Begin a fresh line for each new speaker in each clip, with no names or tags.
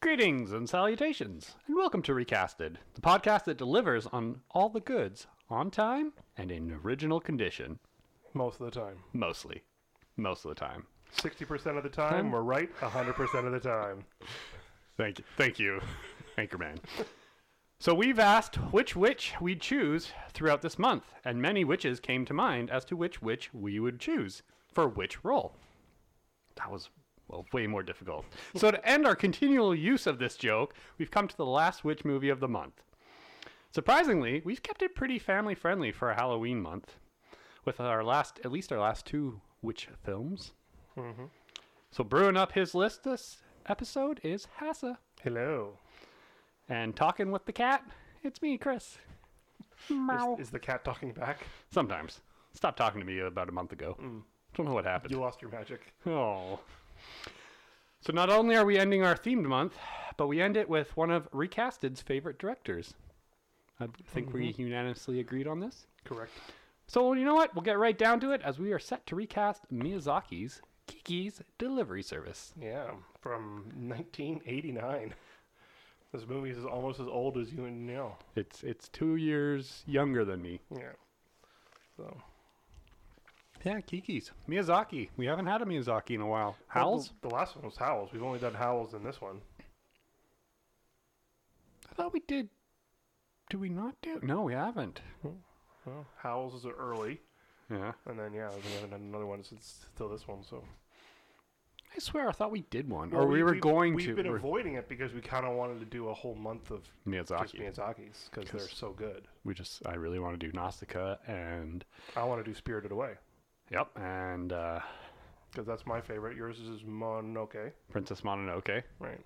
Greetings and salutations, and welcome to Recasted, the podcast that delivers on all the goods on time and in original condition,
most of the time.
mostly. Most of the time.
60% of the time, we're right 100% of the time.
Thank you. Thank you, Anchorman. So we've asked which witch we'd choose throughout this month, and many witches came to mind as to which witch we would choose for which role. That was well, way more difficult. so to end our continual use of this joke, we've come to the last witch movie of the month. Surprisingly, we've kept it pretty family friendly for a Halloween month, with our last, at least our last two witch films. So brewing up his list this episode is Hassa.
Hello.
And talking with the cat, it's me, Chris. Meow.
Is, is the cat talking back?
Sometimes. Stop talking to me about a month ago. Don't know what happened.
You lost your magic.
Oh. So not only are we ending our themed month, but we end it with one of Recasted's favorite directors. I think we unanimously agreed on this.
Correct.
So you know what? We'll get right down to it as we are set to recast Miyazaki's Kiki's Delivery Service.
Yeah, from 1989. This movie is almost as old as you and Neil.
It's it's two years younger than me.
Yeah. So.
Yeah, Kiki's Miyazaki. We haven't had a Miyazaki in a while. Howls?
The, the last one was Howls. We've only done Howls in this one.
I thought we did. Do we not do? No, we haven't.
Well, Howls is early.
Yeah.
And then, yeah, we haven't done another one since till this one, so.
I swear, I thought we did one,
Well,
or we, were
we've-
going
we've
to.
been
we're-
avoiding it because we kind of wanted to do a whole month of just
Miyazaki.
Miyazaki's because they're so good.
we just. I really want to do Nausicaa and.
I want to do Spirited Away
Yep. And uh,
because that's my favorite. Yours is Mononoke,
Princess Mononoke.
right?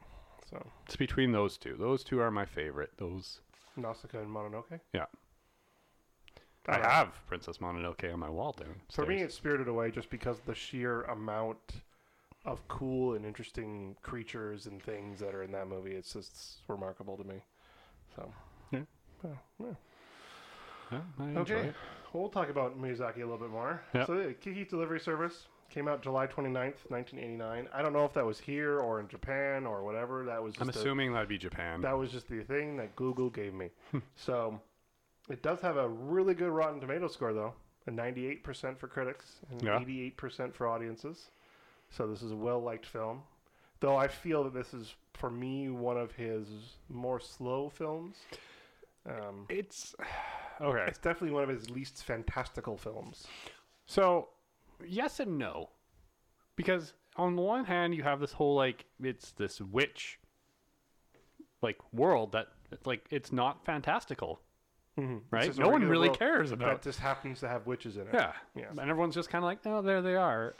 So
It's between those two. Those two are my favorite. Those.
Nausicaa and Mononoke.
Yeah.
I
I
don't know.
have Princess Mononoke on my wall down.
For me, it's Spirited Away just because the sheer amount of cool and interesting creatures and things that are in that movie. It's just remarkable to me. So
Yeah.
yeah, yeah.
Yeah, I enjoy
Okay,
it.
we'll talk about Miyazaki a little bit more.
Yep.
So, the Kiki's Delivery Service came out July 29th, 1989. I don't know if that was here or in Japan or whatever. That was just
I'm
a-
assuming that'd be Japan.
that was just the thing that Google gave me. so, it does have a really good Rotten Tomato score though, a 98% for critics and
Yeah.
88% for audiences. So this is a well-liked film. Though I feel that this is for me one of his more slow films. Um,
it's okay.
it's definitely one of his least fantastical films.
So, yes and no. Because on the one hand, you have this whole like it's this witch like world that it's like it's not fantastical, Mm-hmm. right?
just a
No one
regular
really
world
cares about
That just happens to have witches in it.
yeah.
Yeah.
And everyone's just kind of like, "Oh, there they are."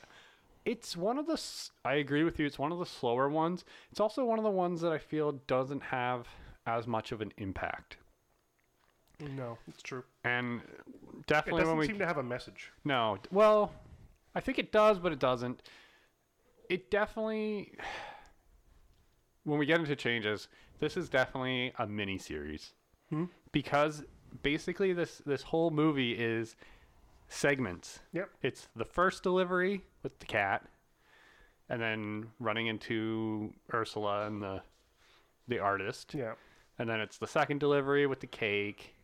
It's one of the s- I agree with you, it's one of the slower ones. It's also one of the ones that I feel doesn't have as much of an impact.
No, it's true.
And
It
definitely when
doesn't
we
seem to have a message.
No. d- Well, I think it does, but it doesn't. It definitely. When we get into changes, this is definitely a mini series
Hmm?
because basically this this whole movie is segments.
Yep.
It's the first delivery with the cat, and then running into Ursula and the the artist,
Yeah.
and then it's the second delivery with the cake,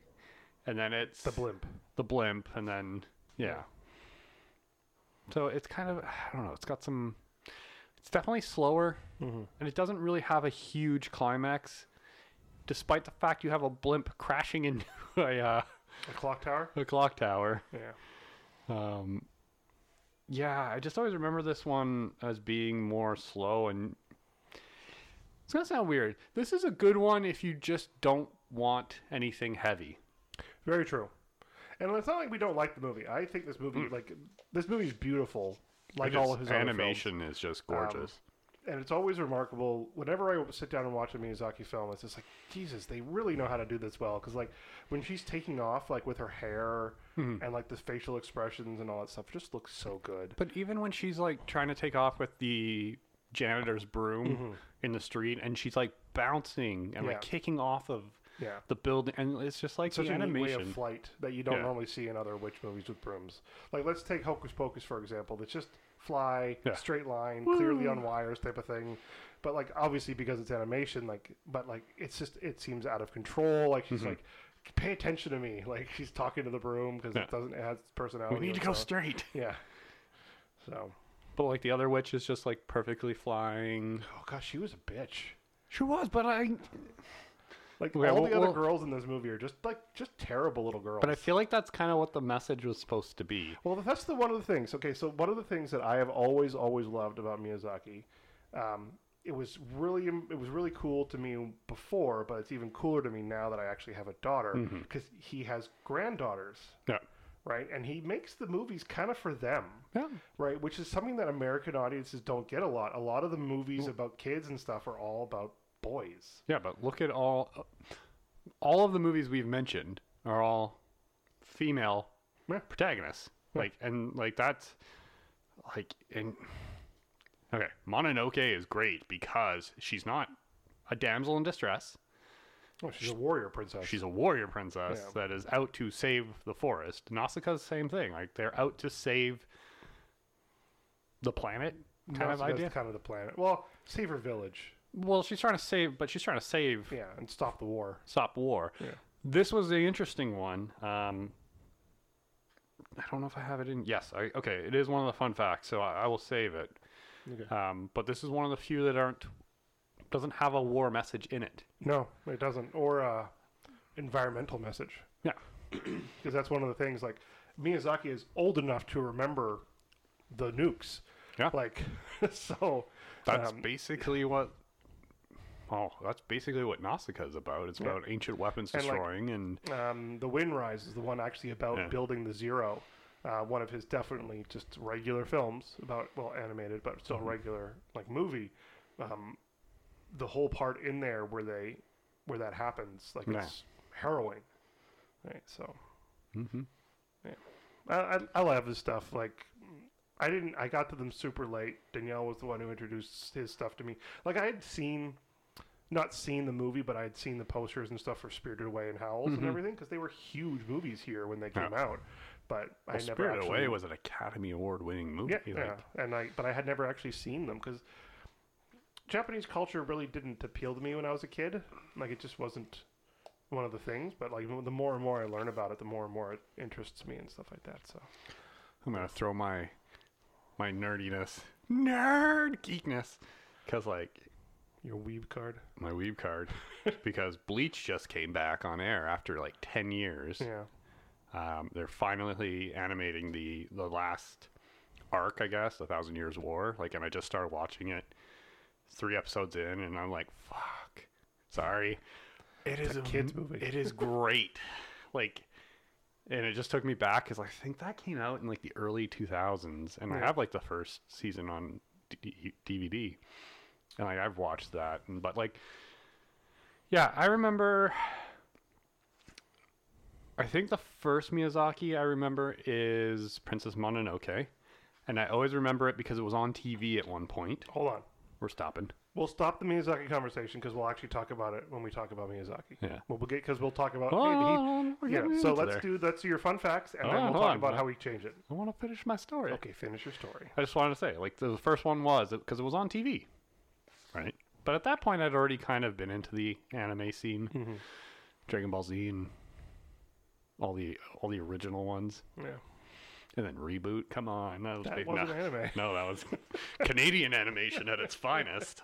and then it's
The blimp.
the blimp and then yeah so it's kind of i don't know it's got some it's definitely slower
Mm-hmm.
and it doesn't really have a huge climax despite the fact you have a blimp crashing into a, uh,
The clock tower.
a clock tower
Yeah.
um, yeah i just always remember this one as being more slow and it's gonna sound weird this is a good one if you just don't want anything heavy
Very true. And it's not like we don't like the movie. I think this movie, like, this movie's beautiful. Like all of his other films. Um,
animation is just gorgeous
and it's always remarkable whenever I sit down and watch a Miyazaki film. It's just like Jesus, they really know how to do this well. Because like when she's taking off, like with her hair and like the facial expressions and all that stuff, just looks so good.
But even when she's like trying to take off with the janitor's broom in the street, and she's like bouncing and
Mm-hmm. Yeah.
like kicking off of
Yeah.
the building, and it's just like
Such
the
a neat way
animation.
of flight that you don't
Yeah.
normally see in other witch movies with brooms. Like let's take Hocus Pocus for example. That's just fly,
Yeah.
straight line, clearly on wires type of thing. But like obviously because it's animation, like but like it's just it seems out of control. Like
Mm-hmm.
she's like, pay attention to me. Like she's talking to the broom because
Yeah.
it doesn't it has personality.
We need to
and
go
stuff.
straight.
Yeah. So
But like the other witch is just like perfectly flying.
oh gosh, she was a bitch.
She was, but I
Like
Okay,
all
well-
the other
well-
girls in this movie are just like just terrible little girls.
but I feel like that's kind of what the message was supposed to be.
Well, that's the one of the things. Okay, so one of the things that I have always, always loved about Miyazaki, um, it was really, it was really cool to me before, but it's even cooler to me now that I actually have a daughter because he has granddaughters,
Yeah.
right? And he makes the movies kind of for them,
Yeah.
right? Which is something that American audiences don't get a lot. A lot of the movies about kids and stuff are all about boys.
Yeah, but look at all all of the movies we've mentioned are all female
Yeah.
protagonists. Like and like that's like and okay, Mononoke is great because she's not a damsel in distress.
Oh, she's a warrior princess.
She's a warrior princess
Yeah.
that is out to save the forest. Nausicaa's the same thing. Like they're out to save the planet kind
That's-
of
that's
idea.
kind of the planet. Well, save her village,
Well, she's trying to save, but she's trying to save
yeah, and stop the war.
stop war. This was the interesting one. Um, I don't know if I have it in. Yes, I, okay. It is one of the fun facts, so I, I will save it.
Okay.
Um, but this is one of the few that aren't doesn't have a war message in it.
No, it doesn't. Or uh, environmental message,
Yeah,
because that's one of the things. Like Miyazaki is old enough to remember the nukes.
Yeah.
Like, so
that's
um,
basically what. Oh, that's basically what Nausicaa is about. It's about ancient weapons
And, like-
destroying, and
um, the Wind Rise is the one actually about
Yeah.
building the Zero. Uh, one of his definitely just regular films about well animated but still regular like movie. Um, the whole part in there where they where that happens like
Yeah.
it's harrowing, right? So
Mhm.
I, I, I love his stuff. Like, I didn't. I got to them super late. Danielle was the one who introduced his stuff to me. Like, I had seen, not seen the movie, but I had seen the posters and stuff for Spirited Away and Howls
Mm-hmm.
and everything because they were huge movies here when they came out. But I
well,
never
Spirited
actually,
Away was an Academy Award winning movie.
yeah,
like-
yeah, and I but I had never actually seen them because Japanese culture really didn't appeal to me when I was a kid. Like, it just wasn't one of the things. But like, the more and more I learn about it, the more and more it interests me and stuff like that. So.
I'm gonna throw my my nerdiness, nerd geekness, because like
Your weeb card.
my weeb card, because Bleach just came back on air after like ten years.
Yeah.
Um, they're finally animating the the last arc, I guess, the Thousand Years War. Like, and I just started watching it three episodes in, and I'm like, fuck, sorry. It is
a kids' movie.
It is great. like, and it just took me back because I think that came out in like the early 2000s, and I
Yeah.
have like the first season on D- D- DVD, and like I've watched that, and but like, yeah, I remember. I think the first Miyazaki I remember is Princess Mononoke, and I always remember it because it was on TV at one point.
Hold on.
We're stopping.
We'll stop the Miyazaki conversation because we'll actually talk about it when we talk about Miyazaki.
Yeah.
Well, we'll get because we'll talk about.
Hold
hey,
on,
he-
hold on, we're
yeah.
getting
So
into
let's
there.
do let's do your fun facts and
Hold
then
on,
we'll
hold
talk
on.
about how we change it.
I want to finish my story.
Okay, finish your story.
I just wanted to say, like, the first one was because it was on TV, right? But at that point, I'd already kind of been into the anime scene, Dragon Ball Z, and all the all the original ones,
Yeah.
and then reboot. Come on, that was
That
big-
wasn't
no.
anime.
No, that was Canadian animation at its finest.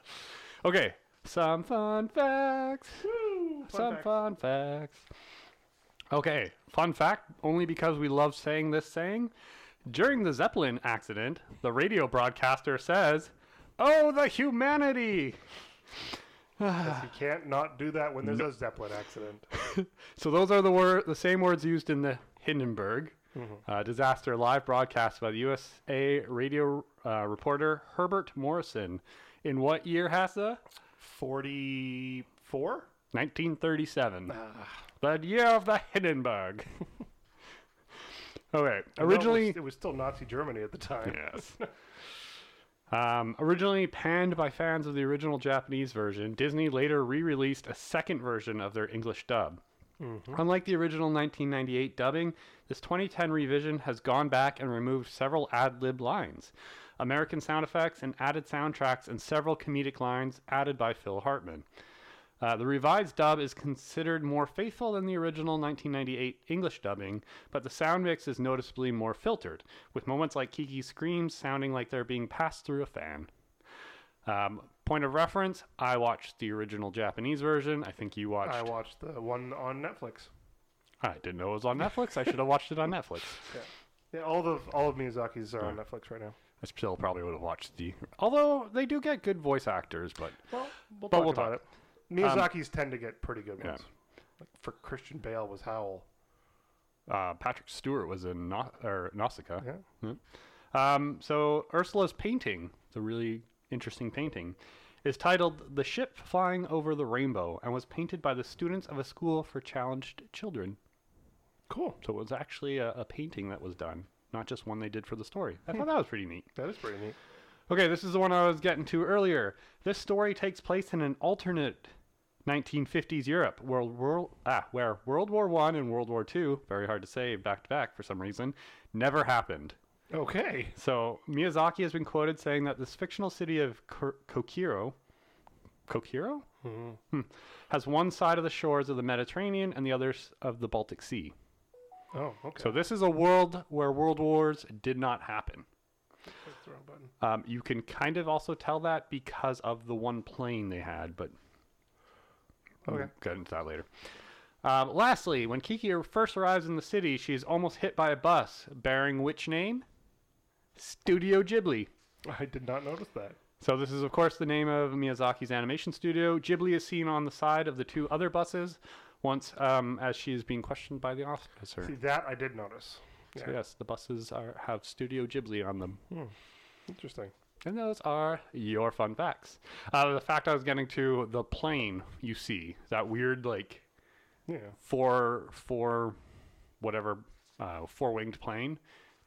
Okay, some fun facts.
Woo!
some fun facts. Okay, fun fact only because we love saying this saying. During the Zeppelin accident, the radio broadcaster says, Oh, the humanity!
You can't not do that when there's a Zeppelin accident.
So those are the word, the same words used in the Hindenburg
Mm-hmm.
uh, disaster live broadcast by the USA radio uh, reporter Herbert Morrison. In what year, Hassa?
Forty-four. Ah.
1937. The year of the Hindenburg. okay, originally.
it was, it was still Nazi Germany at the time.
Yes. um, originally panned by fans of the original Japanese version, Disney later re released a second version of their English dub. Mm-hmm. Unlike the original 1998 dubbing, this 2010 revision has gone back and removed several ad lib lines. American sound effects, and added soundtracks and several comedic lines added by Phil Hartman. Uh, the revised dub is considered more faithful than the original 1998 English dubbing, but the sound mix is noticeably more filtered, with moments like Kiki's screams sounding like they're being passed through a fan. Um, point of reference I watched the original Japanese version. I think you watched.
I watched the one on Netflix.
I didn't know it was on Netflix. I should have watched it on Netflix.
Yeah, all the all of Miyazaki's are on Netflix right now.
I still probably would have watched the. Although they do get good voice actors, but
Well, we'll
But
talk
we'll
about
talk. Um,
it. Miyazaki's tend to get pretty good ones. Like for Christian Bale was Howl.
uh, Patrick Stewart was in Na- or Nausicaa.
Yeah.
Um, so Ursula's painting, the really interesting painting, is titled "The Ship Flying Over the Rainbow" and was painted by the students of a school for challenged children.
Cool.
So it was actually a, a painting that was done, not just one they did for the story. I thought that was pretty neat.
That is pretty neat.
Okay, this is the one I was getting to earlier. This story takes place in an alternate 1950s Europe, where world ah, where World War One and World War Two, very hard to say back to back for some reason, never happened.
Okay.
So Miyazaki has been quoted saying that this fictional city of Ko- Kokiro, Kokiro, Hmm, has one side of the shores of the Mediterranean and the others of the Baltic Sea.
Oh, okay.
So this is a world where world wars did not happen.
That's the wrong button.
Um, you can kind of also tell that because of the one plane they had, but
Okay.
we'll get into that later. Um, lastly, when Kiki first arrives in the city, she is almost hit by a bus bearing which name? Studio Ghibli.
I did not notice that.
So this is, of course, the name of Miyazaki's animation studio. Ghibli is seen on the side of the two other buses once um, as she is being questioned by the officer.
See that I did notice. Yeah.
So yes, the buses are, have Studio Ghibli on them.
Interesting.
And those are your fun facts. Uh, the fact I was getting to the plane you see that weird like
Yeah.
four four whatever uh, four winged plane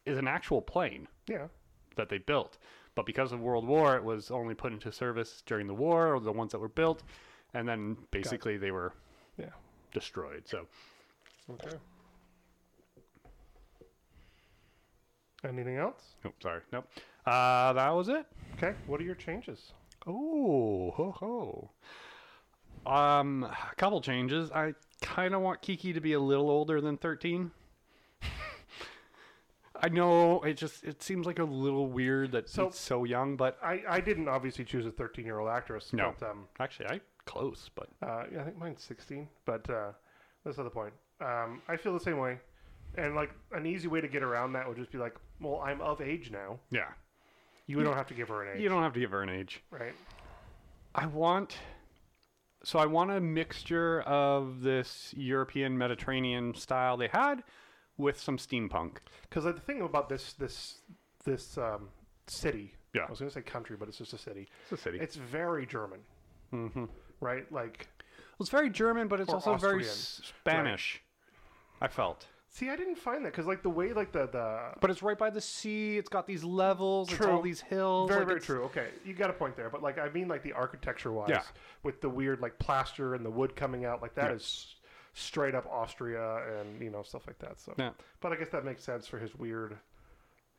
is an actual plane
Yeah.
that they built, but because of World War, it was only put into service during the war or the ones that were built, and then basically they were
Yeah.
destroyed. So
Okay. Anything else?
oh, sorry, nope. Uh, that was it.
Okay. What are your changes?
Oh, ho ho. Um, a couple changes. I kind of want Kiki to be a little older than 13. I know it just it seems like a little weird that
So-
it's so young, but
I, I didn't obviously choose a 13 year old actress.
No.
But, um,
actually I close, but
Uh, yeah, I think mine's 16, but uh, that's not the point. Um, I feel the same way. And like an easy way to get around that would just be like, well, I'm of age now.
yeah.
You don't have to give her an age,
You don't have to give her an age.
right?
I want so I want a mixture of this European Mediterranean style they had with some steampunk.
Because like, the thing about this this this um, city,
Yeah.
I was gonna say country, but it's just a city.
It's a city.
It's very German, mm-hmm. right? Like,
Well, it's very German, but it's
Or
also very
Austrian.
s- Spanish. I felt,
see, I didn't find that because like the way like the the
but it's right by the sea. It's got these levels. It's all
True.
these hills.
very
like,
very
it's-
true. Okay, you got a point there, but like I mean like the architecture wise,
Yeah.
with the weird like plaster and the wood coming out, like that
Yeah.
is straight up Austria and you know stuff like that. So,
Yeah,
but I guess that makes sense for his weird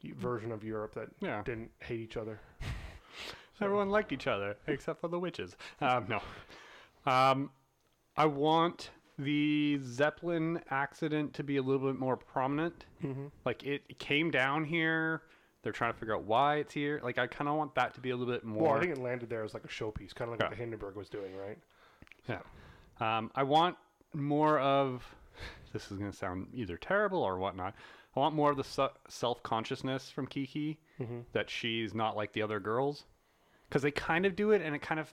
version of Europe that
Yeah.
didn't hate each other.
everyone liked each other except for the witches. Um, no, um, I want the Zeppelin accident to be a little bit more prominent. Like it came down here. They're trying to figure out why it's here. Like I kind of want that to be a little bit more.
Well, I think it landed there as like a showpiece, kind of like
Yeah.
what the Hindenburg was doing, right?
Yeah. Um, I want more of. This is going to sound either terrible or whatnot. I want more of the su- self consciousness from Kiki that she's not like the other girls. Because they kind of do it, and it kind of.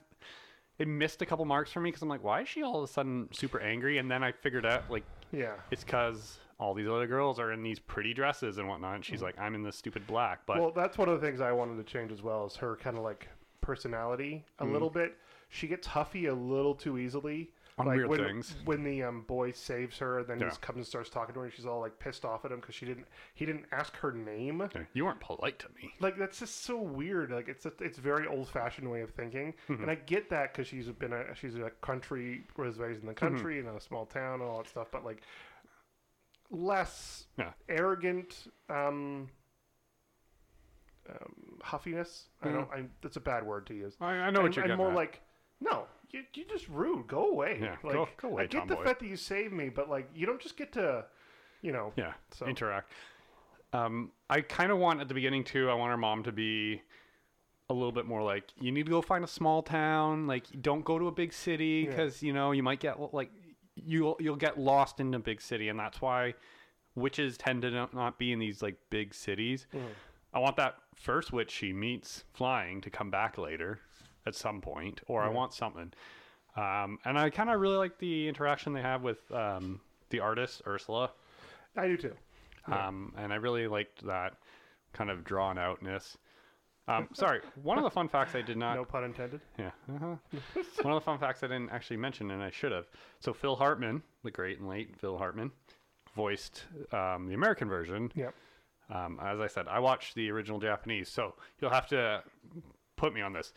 It missed a couple marks for me because I'm like, why is she all of a sudden super angry? And then I figured out, like,
Yeah.
it's because all these other girls are in these pretty dresses and whatnot. And she's like, I'm in this stupid black. But
Well, that's one of the things I wanted to change as well is her kind of like personality a
Mm-hmm.
little bit. She gets huffy a little too easily.
On
like
weird
when,
things.
When the um, boy saves her, then
Yeah.
he just comes and starts talking to her, and she's all like pissed off at him because she didn't. He didn't ask her name.
you weren't polite to me.
Like that's just so weird. Like it's a, it's very old fashioned way of thinking,
Mm-hmm.
and I get that because she's been a she's a country was raised in the
Mm-hmm.
country in a small town and all that stuff. But like less
Yeah.
arrogant. Um, um, huffiness. I don't. I, that's a bad word to use.
Mm-hmm. I, I know what
I'm,
you're
I'm
getting
more
at.
like, no, you, you're just rude. Go away.
Yeah,
like,
go- go away,
I get
Tom
the
boy.
fact that you saved me, but like, you don't just get to, you know,
yeah,
so-
interact. Um, I kind of want at the beginning too. I want our mom to be a little bit more like, you need to go find a small town. Like, don't go to a big city
Yeah.
because you know you might get like you'll you'll get lost in a big city, and that's why witches tend to no- not be in these like big cities.
Mm-hmm.
I want that first witch she meets flying to come back later at some point, or I want something. Um, and I kind of really like the interaction they have with um, the artist Ursula.
I do too.
Um, and I really liked that kind of drawn outness. Um, sorry, one of the fun facts I did not.
No pun intended.
Yeah. uh-huh. one of the fun facts I didn't actually mention, and I should have. So Phil Hartman, the great and late Phil Hartman, voiced um, the American version.
Yep.
Um, as I said, I watched the original Japanese, so you'll have to put me on this.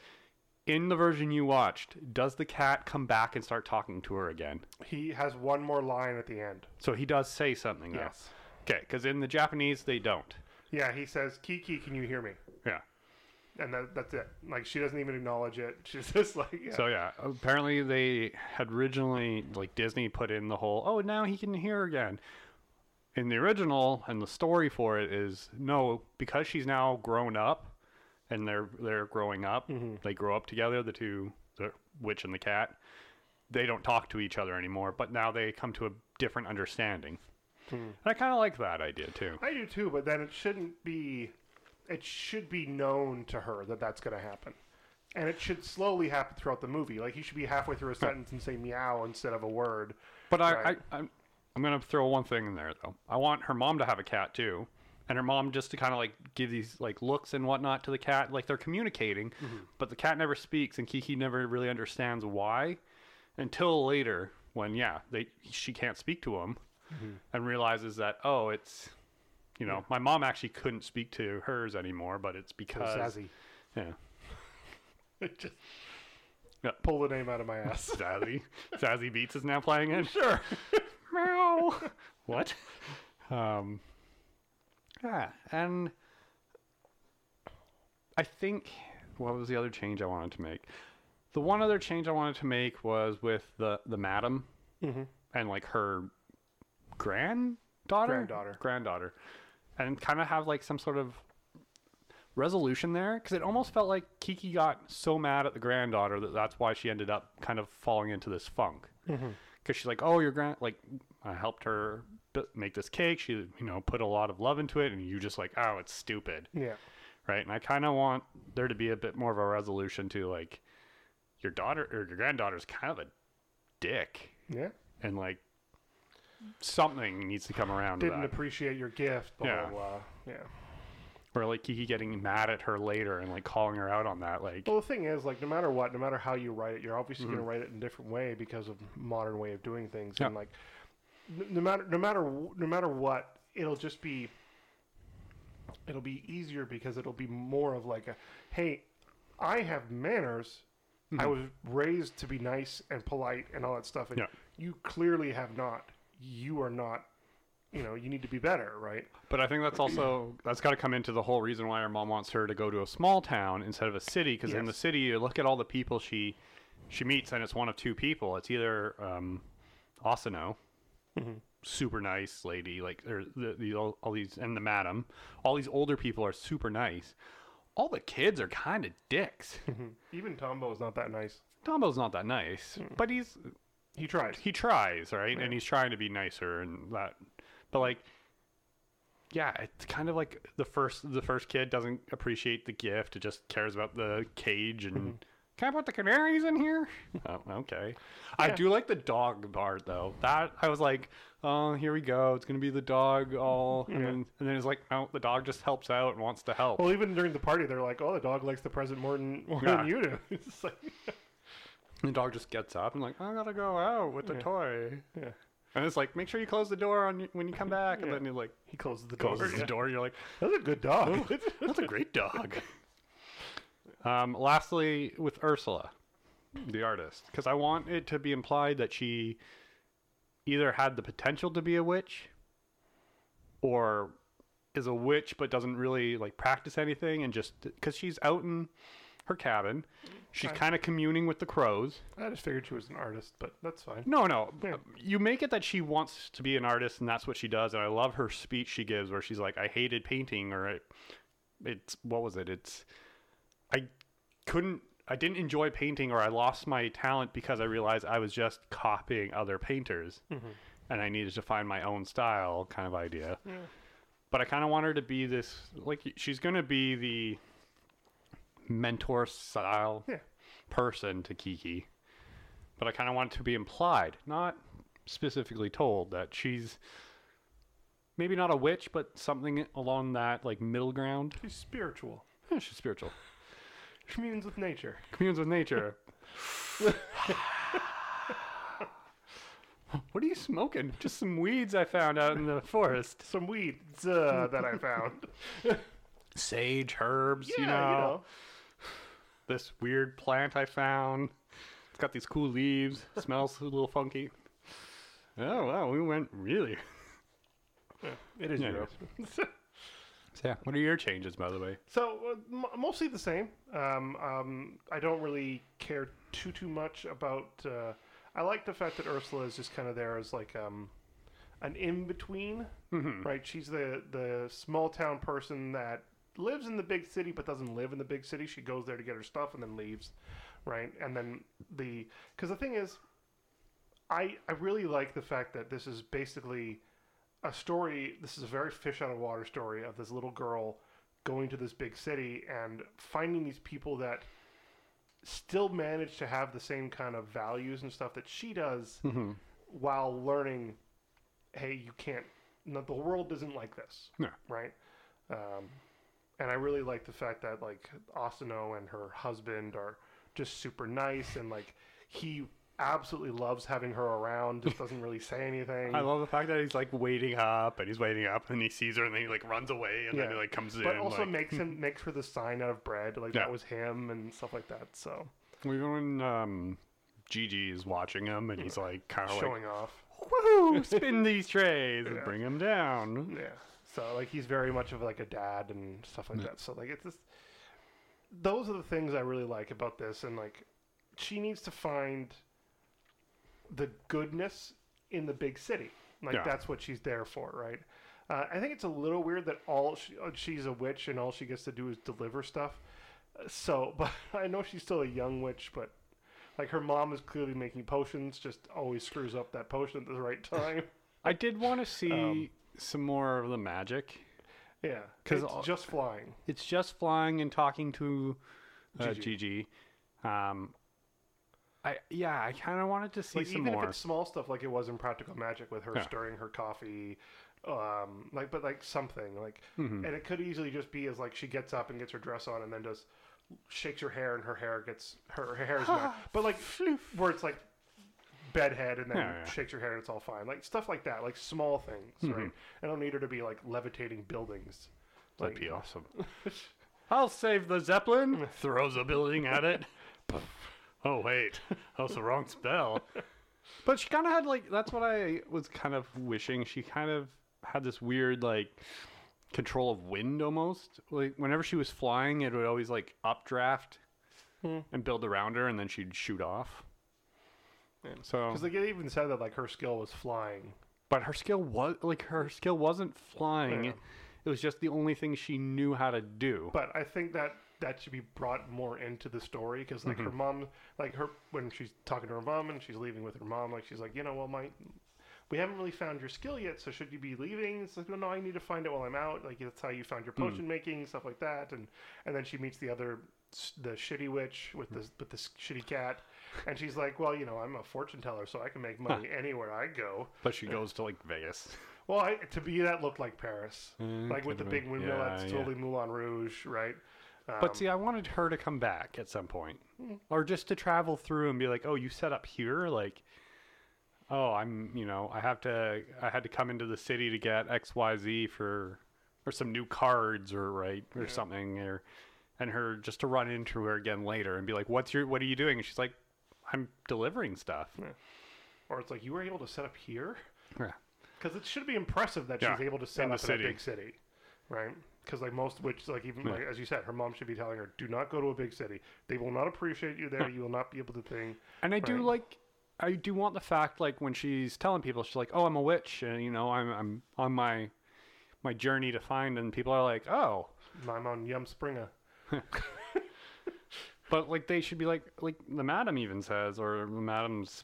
In the version you watched, does the cat come back and start talking to her again?
He has one more line at the end.
So he does say something. though.
Yes.
Okay, because in the Japanese they don't.
Yeah, he says, "Kiki, can you hear me?"
Yeah.
And that, that's it. Like she doesn't even acknowledge it. She's just like, yeah.
So yeah, apparently they had originally like Disney put in the whole oh now he can hear again. In the original and the story for it is no because she's now grown up and they're they're growing up. They grow up together the two the witch and the cat. They don't talk to each other anymore, but now they come to a different understanding. And I kind of like that idea too.
I do too, but then it shouldn't be. It should be known to her that that's going to happen, and it should slowly happen throughout the movie. Like he should be halfway through a sentence and say meow instead of a word.
But I,
Right.
I, I'm, I'm gonna throw one thing in there though. I want her mom to have a cat too, and her mom just to kind of like give these like looks and whatnot to the cat, like they're communicating, but the cat never speaks, and Kiki never really understands why, until later when yeah, they she can't speak to him, and realizes that oh it's. You know, my mom actually couldn't speak to hers anymore, but it's because
Zazzy.
yeah,
just
Yeah.
pull the name out of my ass.
Zazzy, Zazzy Beats is now playing it. Sure. Meow. what? Um, yeah, and I think what was the other change I wanted to make? The one other change I wanted to make was with the the madam and like her granddaughter,
Granddaughter.
granddaughter, and kind of have like some sort of resolution there because it almost felt like Kiki got so mad at the granddaughter that that's why she ended up kind of falling into this funk because she's like, "Oh, your grand like I helped her b- make this cake. She you know put a lot of love into it, and you just like, oh, it's stupid,
yeah.
right?" And I kind of want there to be a bit more of a resolution to like your daughter or your granddaughter's kind of a dick,
Yeah.
and like something needs to come around. to
Didn't
that.
appreciate your gift. Blah,
Yeah.
Blah, blah. Yeah.
Or like Kiki getting mad at her later and like calling her out on that, like.
Well, the thing is, like, no matter what, no matter how you write it, you're obviously going to write it in a different way because of modern way of doing things,
Mm-hmm.
and
Yeah.
like, n- no matter, no matter, wh- no matter what, it'll just be, it'll be easier because it'll be more of like a, hey, I have manners. I was raised to be nice and polite and all that stuff, and
Mm-hmm. Yeah.
you clearly have not. You are not. You know, you need to be better, right?
But I think that's also that's got to come into the whole reason why her mom wants her to go to a small town instead of a city. Because in the
Yes.
city, you look at all the people she she meets, and it's one of two people. It's either um, Asano,
Mm-hmm.
super nice lady, like or the, the all, all these and the madam. All these older people are super nice. All the kids are kind of dicks.
Mm-hmm. Even Tombo is not that nice.
Tombo's not that nice,
Mm-hmm.
but he's
He tried.
he tries right and he's trying to be nicer and that but like yeah it's kind of like the first the first kid doesn't appreciate the gift it just cares about the cage and
Mm-hmm.
can i put the canaries in here oh, okay i do like the dog part though that i was like oh here we go it's gonna be the dog all and, then, and then it's like oh the dog just helps out and wants to help
Well, even during the party, they're like, "Oh, the dog likes the present more than more
Yeah.
than you do." It's just like,
and the dog just gets up and like i gotta go out with the toy
yeah.
and it's like make sure you close the door on y- when you come back and
Yeah.
then you like
He closes the door.
closes the
yeah.
door you're like
That's a good dog.
That's a great dog. um, lastly, with Ursula, the artist, because I want it to be implied that she either had the potential to be a witch or is a witch but doesn't really like practice anything and just because she's out in her cabin, she's
Okay.
kind of communing with the crows.
I just figured she was an artist, but that's fine.
No, no. Um,
Yeah.
You make it that she wants to be an artist, and that's what she does. And I love her speech she gives, where she's like, "I hated painting," or it, "It's what was it? It's I couldn't, I didn't enjoy painting, or I lost my talent because I realized I was just copying other painters, and I needed to find my own style." Kind of idea. But I kind of want her to be this, like, she's gonna be the mentor style
Yeah.
person to Kiki, but I kind of want it to be implied, not specifically told, that she's maybe not a witch, but something along that like middle ground.
She's spiritual.
Eh, she's spiritual,
Communes with nature.
communes with nature. what are you smoking? Just some weeds I found out in the forest.
Some weeds uh, that I found.
Sage herbs,
yeah,
you, know, This weird plant I found. It's got these cool leaves. Smells a little funky. Oh wow, we went really
It is
Yeah,
Europe.
So, yeah. What are your changes, by the way?
so uh, m- mostly the same. Um, um, I don't really care too too much about. Uh, I like the fact that Ursula is just kind of there as like um, an in between, right? She's the the small town person that lives in the big city but doesn't live in the big city. She goes there to get her stuff and then leaves, right? And then the because the thing is, I I really like the fact that this is basically a story. This is a very fish out of water story of this little girl going to this big city and finding these people that still manage to have the same kind of values and stuff that she does while learning hey you can't no, the world isn't like this
No.
right um, and i really like the fact that like asano and her husband are just super nice and like he absolutely loves having her around just doesn't really say anything
I love the fact that he's like waiting up and he's waiting up and he sees her and then he like runs away and then
Yeah.
he like comes
but
in.
also
like,
makes him makes her the sign out of bread like
Yeah.
that was him and stuff like that so
even when um, Gigi is watching him and he's like kind of like,
showing off
woohoo, spin these trays and bring him down.
Yeah. So like he's very much of like a dad and stuff like that. So like it's just those are the things I really like about this and like she needs to find the goodness in the big city. Like
Yeah.
that's what she's there for, right? Uh, I think it's a little weird that all she, uh, she's a witch and all she gets to do is deliver stuff. Uh, So, but I know she's still a young witch, but like her mom is clearly making potions, just always screws up that potion at the right time.
I did want to see some more of the magic.
yeah,
'Cause
because
all-
just flying.
It's just flying and talking to uh,
Gigi.
Gigi. Um, I yeah, I kind of wanted to see
like
some
even
more.
if it's small stuff like it was in practical magic with her
Yeah.
stirring her coffee um like but like something like
Mm-hmm.
and it could easily just be as like she gets up and gets her dress on and then just shakes her hair and her hair gets her, her hair's not but like where it's like bedhead and then
Yeah, Mm-hmm. yeah.
shakes her hair and it's all fine like stuff like that like small things right i don't need her to be like levitating buildings
That'd be awesome. I'll save the Zeppelin. Throws a building at it. oh, wait. That was the wrong spell. But she kind of had, like, that's what I was kind of wishing. She kind of had this weird, like, control of wind almost. Like, whenever she was flying, it would always, like, updraft and build around her, and then she'd shoot off. So,
because like it even said that like her skill was flying
but her skill was like her skill wasn't flying.
Yeah.
It was just the only thing she knew how to do.
but I think that that should be brought more into the story because like
Mm-hmm.
her mom, like her when she's talking to her mom and she's leaving with her mom, like she's like, you know, well, my we haven't really found your skill yet, so should you be leaving? It's like, well, no, I need to find it while I'm out. Like that's how you found your
Mm.
potion making stuff like that, and and then she meets the other s- the shitty witch with
Mm.
the with this shitty cat, and she's like, well, you know, I'm a fortune teller, so I can make money anywhere I go.
But she goes to like Vegas.
Well, I, to me, that looked like Paris, like with the
could've
big
Mm, been-
windmill.
yeah,
that's
yeah.
totally Moulin Rouge, right?
But see, I wanted her to come back at some point, or just to travel through and be like, "Oh, you set up here, like, oh, I'm, you know, I have to, I had to come into the city to get X, Y, Z for, or some new cards, or right, or something, or, and her just to run into her again later and be like, "What's your, what are you doing?" And she's like, "I'm delivering stuff."
or it's like you were able to set up here
Yeah.
because it should be impressive that
Yeah,
she's able to set
in the
up in a
city.
big city right? Because like most witches, like even like as you said, her mom should be telling her, "Do not go to a big city. They will not appreciate you there. you will not be able to thing."
And I do
Right.
like, I do want the fact like when she's telling people, she's like, "Oh, I'm a witch," and you know, I'm I'm on my my journey to find, and people are like, "Oh,"
I'm on Yum Springer.
but like they should be like like the madam even says, or the madam's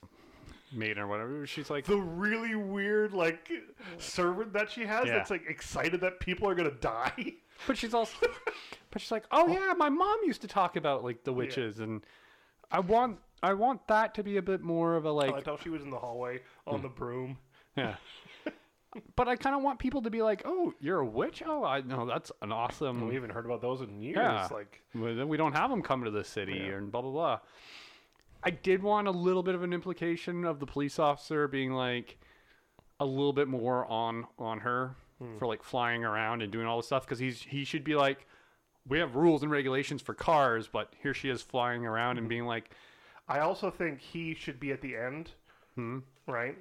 maiden or whatever. She's like,
The really weird like servant that she has
Yeah.
that's like excited that people are gonna die.
but she's also, but she's like, "Oh yeah, my mom used to talk about like the witches," and I want I want that to be a bit more of a
Oh, I
like
liked how she was in the hallway
Hmm.
on the broom.
Yeah. but I kind of want people to be like, "Oh, you're a witch? Oh, I know that's an awesome."
We haven't heard about those in years.
Yeah.
Like
Well, then we don't have them coming to the city
Yeah.
and blah blah blah. I did want a little bit of an implication of the police officer being like a little bit more on on her
Hmm.
for like flying around and doing all this stuff because he's he should be like, we have rules and regulations for cars, but here she is flying around
Hmm.
and being like,
I also think he should be at the end,
Hmm.
right?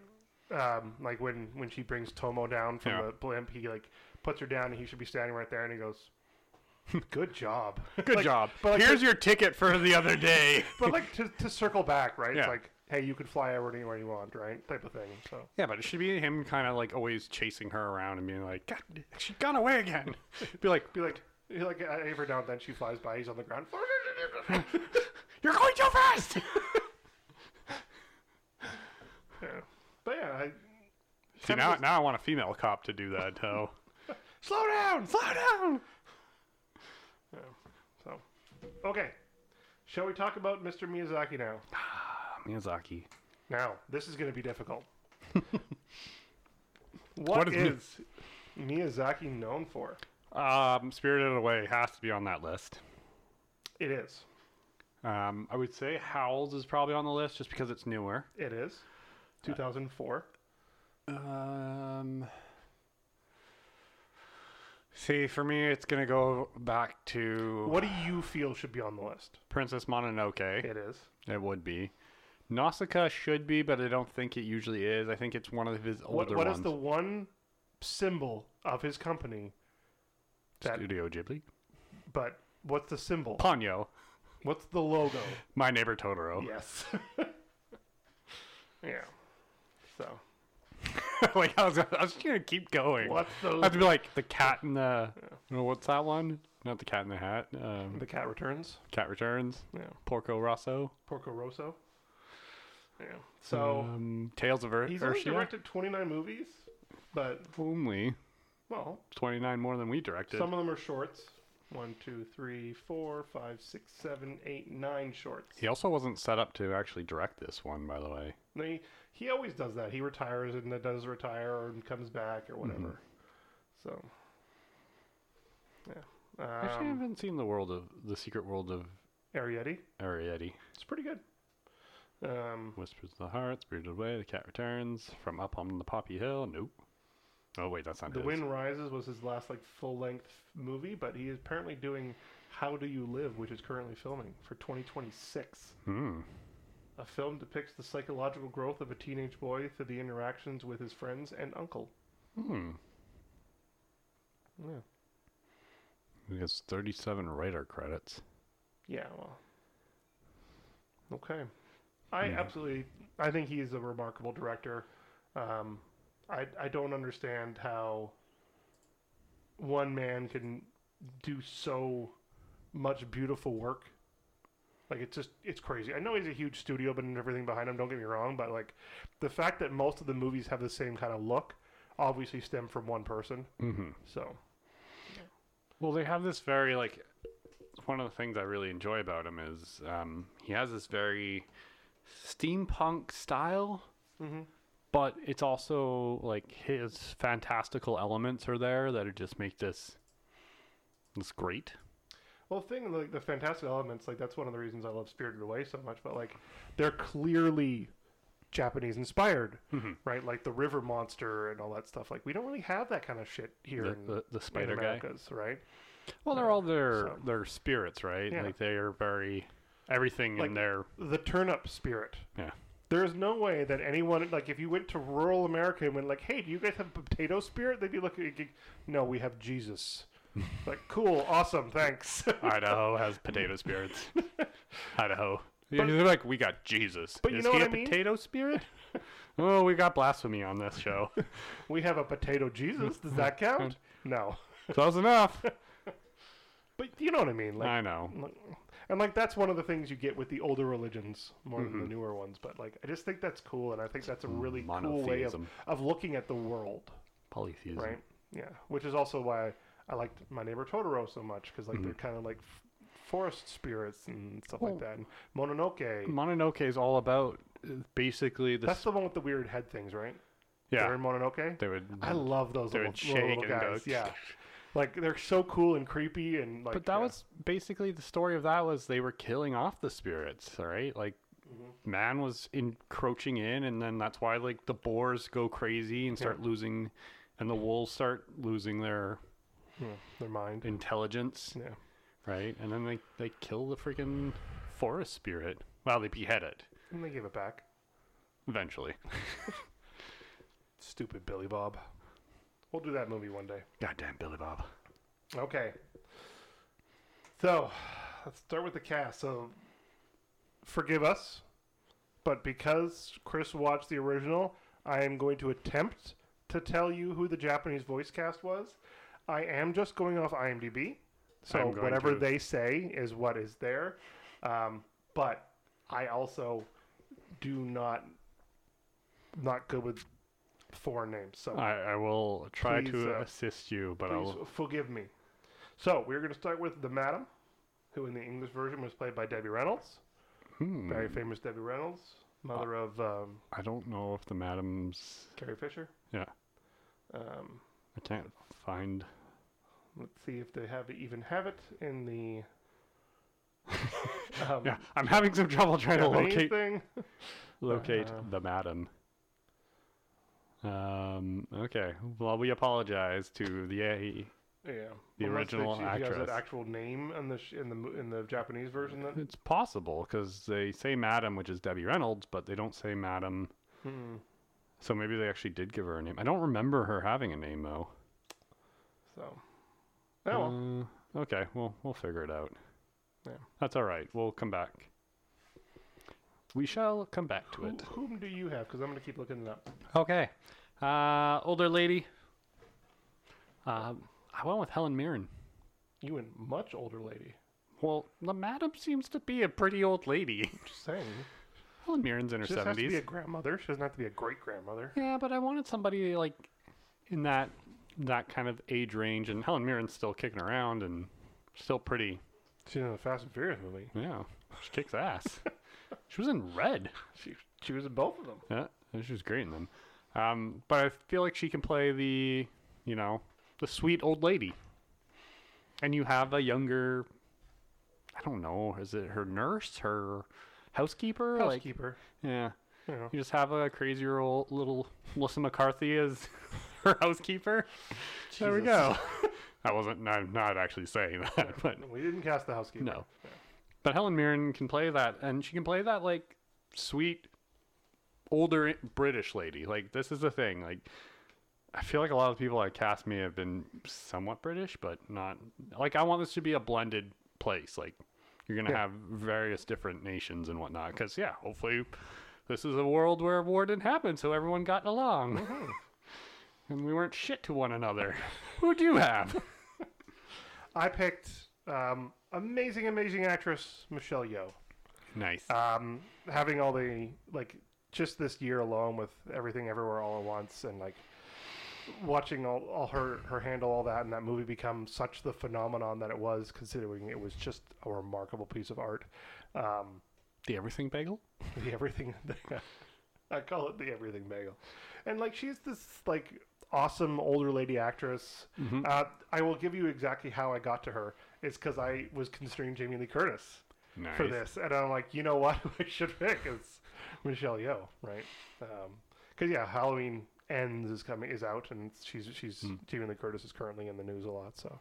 Um, like when when she brings Tomo down from
Yeah.
the blimp, he like puts her down, and he should be standing right there, and he goes, "Good job,
"Good
Like,
job.
But like,
Here's your ticket for the other day."
but like to, to circle back, right? It's
Yeah.
like, hey, you can fly over anywhere you want, right? Type of thing. So
Yeah, but it should be him kind of like always chasing her around and being like, God, she got away again. Be like,
be like, be like uh, every now and then she flies by, he's on the ground.
you're going too fast.
yeah. But yeah, I,
See, now, now I want a female cop to do that, though.
slow down.
Slow down.
Yeah. So okay, shall we talk about Mr. Miyazaki now?
Miyazaki.
Now, this is going to be difficult.
What
what
is
is,
Mi-
Miyazaki known for?
Um, Spirited Away has to be on that list.
It is.
Um, I would say Howls is probably on the list just because it's newer.
It is. Uh, 2004.
Um, see, for me, it's going to go back to
What do you feel should be on the list?
Princess Mononoke.
It is.
It would be. Nausicaa should be, but I don't think it usually is. I think it's one of his older
What, what
ones.
is the one symbol of his company that.
Studio Ghibli?
But what's the symbol?
Ponyo.
What's the logo?
My Neighbor Totoro.
yes. yeah. So.
like I was, I was just gonna keep going.
What's
I have to
the.
be like the cat in the. no, What's that one? Not the cat in the hat. Um,
The Cat Returns?
cat returns.
Yeah.
Porco Rosso.
Porco Rosso? Yeah. So.
um, Tales of Ur-
He's only
Urshia?
directed 29 movies, but
Only
well,
twenty nine more than we directed.
some of them are shorts. One, two, three, four, five, six, seven, eight, nine shorts.
He also wasn't set up to actually direct this one, by the way.
They- He, always does that. He retires and then does retire and comes back or whatever. So,
I
yeah.
Actually, I
Um,
haven't seen the world of the secret world of
Arrietty,
Arietti.
it's pretty good. Um,
Whispers of the Heart, Spirited Away, The Cat Returns, From Up on the Poppy Hill. Nope. Oh wait, that's not
the
his.
Wind Rises was his last like full length movie, but he is apparently doing How Do You Live, which is currently filming for 2026.
Hmm.
A film depicts the psychological growth of a teenage boy through the interactions with his friends and uncle.
Hmm.
Yeah.
He has thirty-seven writer credits.
Yeah, well. Okay. I
Yeah.
absolutely I think he's a remarkable director. Um I I don't understand how one man can do so much beautiful work. Like it's just it's crazy. I know he's a huge studio but and everything behind him, don't get me wrong, but like the fact that most of the movies have the same kind of look obviously stem from one person.
Mm-hmm.
So
Well, they have this very like one of the things I really enjoy about him is um, he has this very steampunk style,
Mhm.
but it's also like his fantastical elements are there that are just make this this great.
Well, the thing like the fantastic elements, like that's one of the reasons I love Spirited Away so much. But like, they're clearly Japanese inspired,
Mm-hmm.
right? Like the river monster and all that stuff. Like we don't really have that kind of shit here
The
in,
the, the
in
spider guy.
Americas, right?
Well, they're all their
So-
their spirits, right?
Yeah.
Like they are very everything
Like-
in their
The turnip spirit,
yeah.
There is no way that anyone like if you went to rural America and went like, "Hey, do you guys have potato spirit?" They'd be looking, at you, "No, we have Jesus." like, cool, awesome, thanks.
Idaho has potato spirits. Idaho. Yeah, they're like, we got Jesus.
but you
Is
know
he
what
a
I mean?
potato spirit? oh, we got blasphemy on this show.
we have a potato Jesus. Does that count? No.
Close enough.
But you know what I mean. Like,
I know.
Like- and like that's one of the things you get with the older religions more than the
Mm-hmm.
newer ones but like i just think that's cool and i think that's a really cool way of,
monotheism.
of looking at the world
Polytheism.
right yeah which is also why i liked my neighbor totoro so much because like
Mm-hmm.
they're kind of like f- forest spirits and stuff like that and
Mm,
mononoke
Mononoke is all about uh, basically the.
that's the one with the weird head things right they're
yeah.
in mononoke
They would.
i love those
they
little,
would
little,
shake
little
and go,
guys yeah like they're so cool and creepy and like
but that
yeah.
was basically the story of that was they were killing off the spirits, all right? Like
Mm-hmm.
man was encroaching in and then that's why like the boars go crazy and start losing and the wolves start losing their
yeah, their mind
intelligence,
yeah
right? And then they they kill the freaking forest spirit. Well, they behead it
and they gave it back
eventually.
Stupid Billy Bob. We'll do that movie one day.
Goddamn Billy Bob.
Okay. So, let's start with the cast. So, forgive us, but because Chris watched the original, I am going to attempt to tell you who the Japanese voice cast was. I am just going off IMDb, so
I'm going
whatever
to.
they say is what is there. Um, but I also do not not good with foreign names. So
I, I will try
Please,
to
uh,
assist you, but
Please
I'll
forgive me. So we're going to start with the madam, who in the English version was played by Debbie Reynolds,
hmm, Ah.
very famous Debbie Reynolds, mother of um,
I don't know if the madam's
Carrie Fisher.
yeah.
Um,
I can't find
let's see if they have even have it in the. Um,
Yeah, I'm having some trouble trying to
Japanese
locate
thing.
locate
Um,
the madam. Um. Okay. Well, we apologize to the A. E.
Yeah,
The
Unless they-
original
she- she has
actress.
an actual name in the sh- in the mo- in the Japanese version. Then
It's possible because they say madam, which is Debbie Reynolds, but they don't say madam.
Hmm.
So maybe they actually did give her a name. I don't remember her having a name though.
so. Oh, well.
Uh, okay. Well, we'll figure it out.
Yeah.
That's all right. We'll come back. We shall come back to
Who,
it.
whom do you have? Because I'm going to keep looking it up.
Okay. Uh, older lady. Um, I went with Helen Mirren.
You and much older lady.
Well, the madam seems to be a pretty old lady.
Just saying.
Helen Mirren's in her
She doesn't have to
seventies.
be a grandmother. She doesn't have to be a great grandmother.
Yeah, but I wanted somebody like in that that kind of age range, and Helen Mirren's still kicking around and still pretty.
She's in the Fast and Furious movie.
Yeah, she kicks ass. she was in Red.
She she was in both of them.
Yeah, and she was great in them. Um, but I feel like she can play the, you know, the sweet old lady. And you have a younger, I don't know, is it her nurse, her housekeeper? Like,
Housekeeper.
yeah.
you know.
You just have a crazier old little Melissa McCarthy as her housekeeper. There we
Jesus.
go. I wasn't I'm not actually saying that, but
We didn't cast the housekeeper.
no. But Helen Mirren can play that, and she can play that like sweet, older British lady. Like this is the thing. Like I feel like a lot of the people that cast me have been somewhat British, but not like I want this to be a blended place. Like you're gonna have various different nations and whatnot. Because yeah, hopefully this is a world where war didn't happen, so everyone got along. And we weren't shit to one another. Who do you have?
I picked um, amazing, amazing actress Michelle Yeoh.
nice.
Um, having all the like just this year alone with everything, everywhere, all at once, and like watching all, all her her handle all that and that movie become such the phenomenon that it was considering it was just a remarkable piece of art um
the everything bagel.
the everything I call it the everything bagel. And like she's this like awesome older lady actress. Uh, I will give you exactly how I got to her. It's because I was considering Jamie Lee Curtis
Nice.
for this, and I'm like, you know what, I should pick is Michelle Yeoh, right? Because yeah, Halloween Ends is coming is out, and she's she's Jamie Lee Curtis is currently in the news a lot, so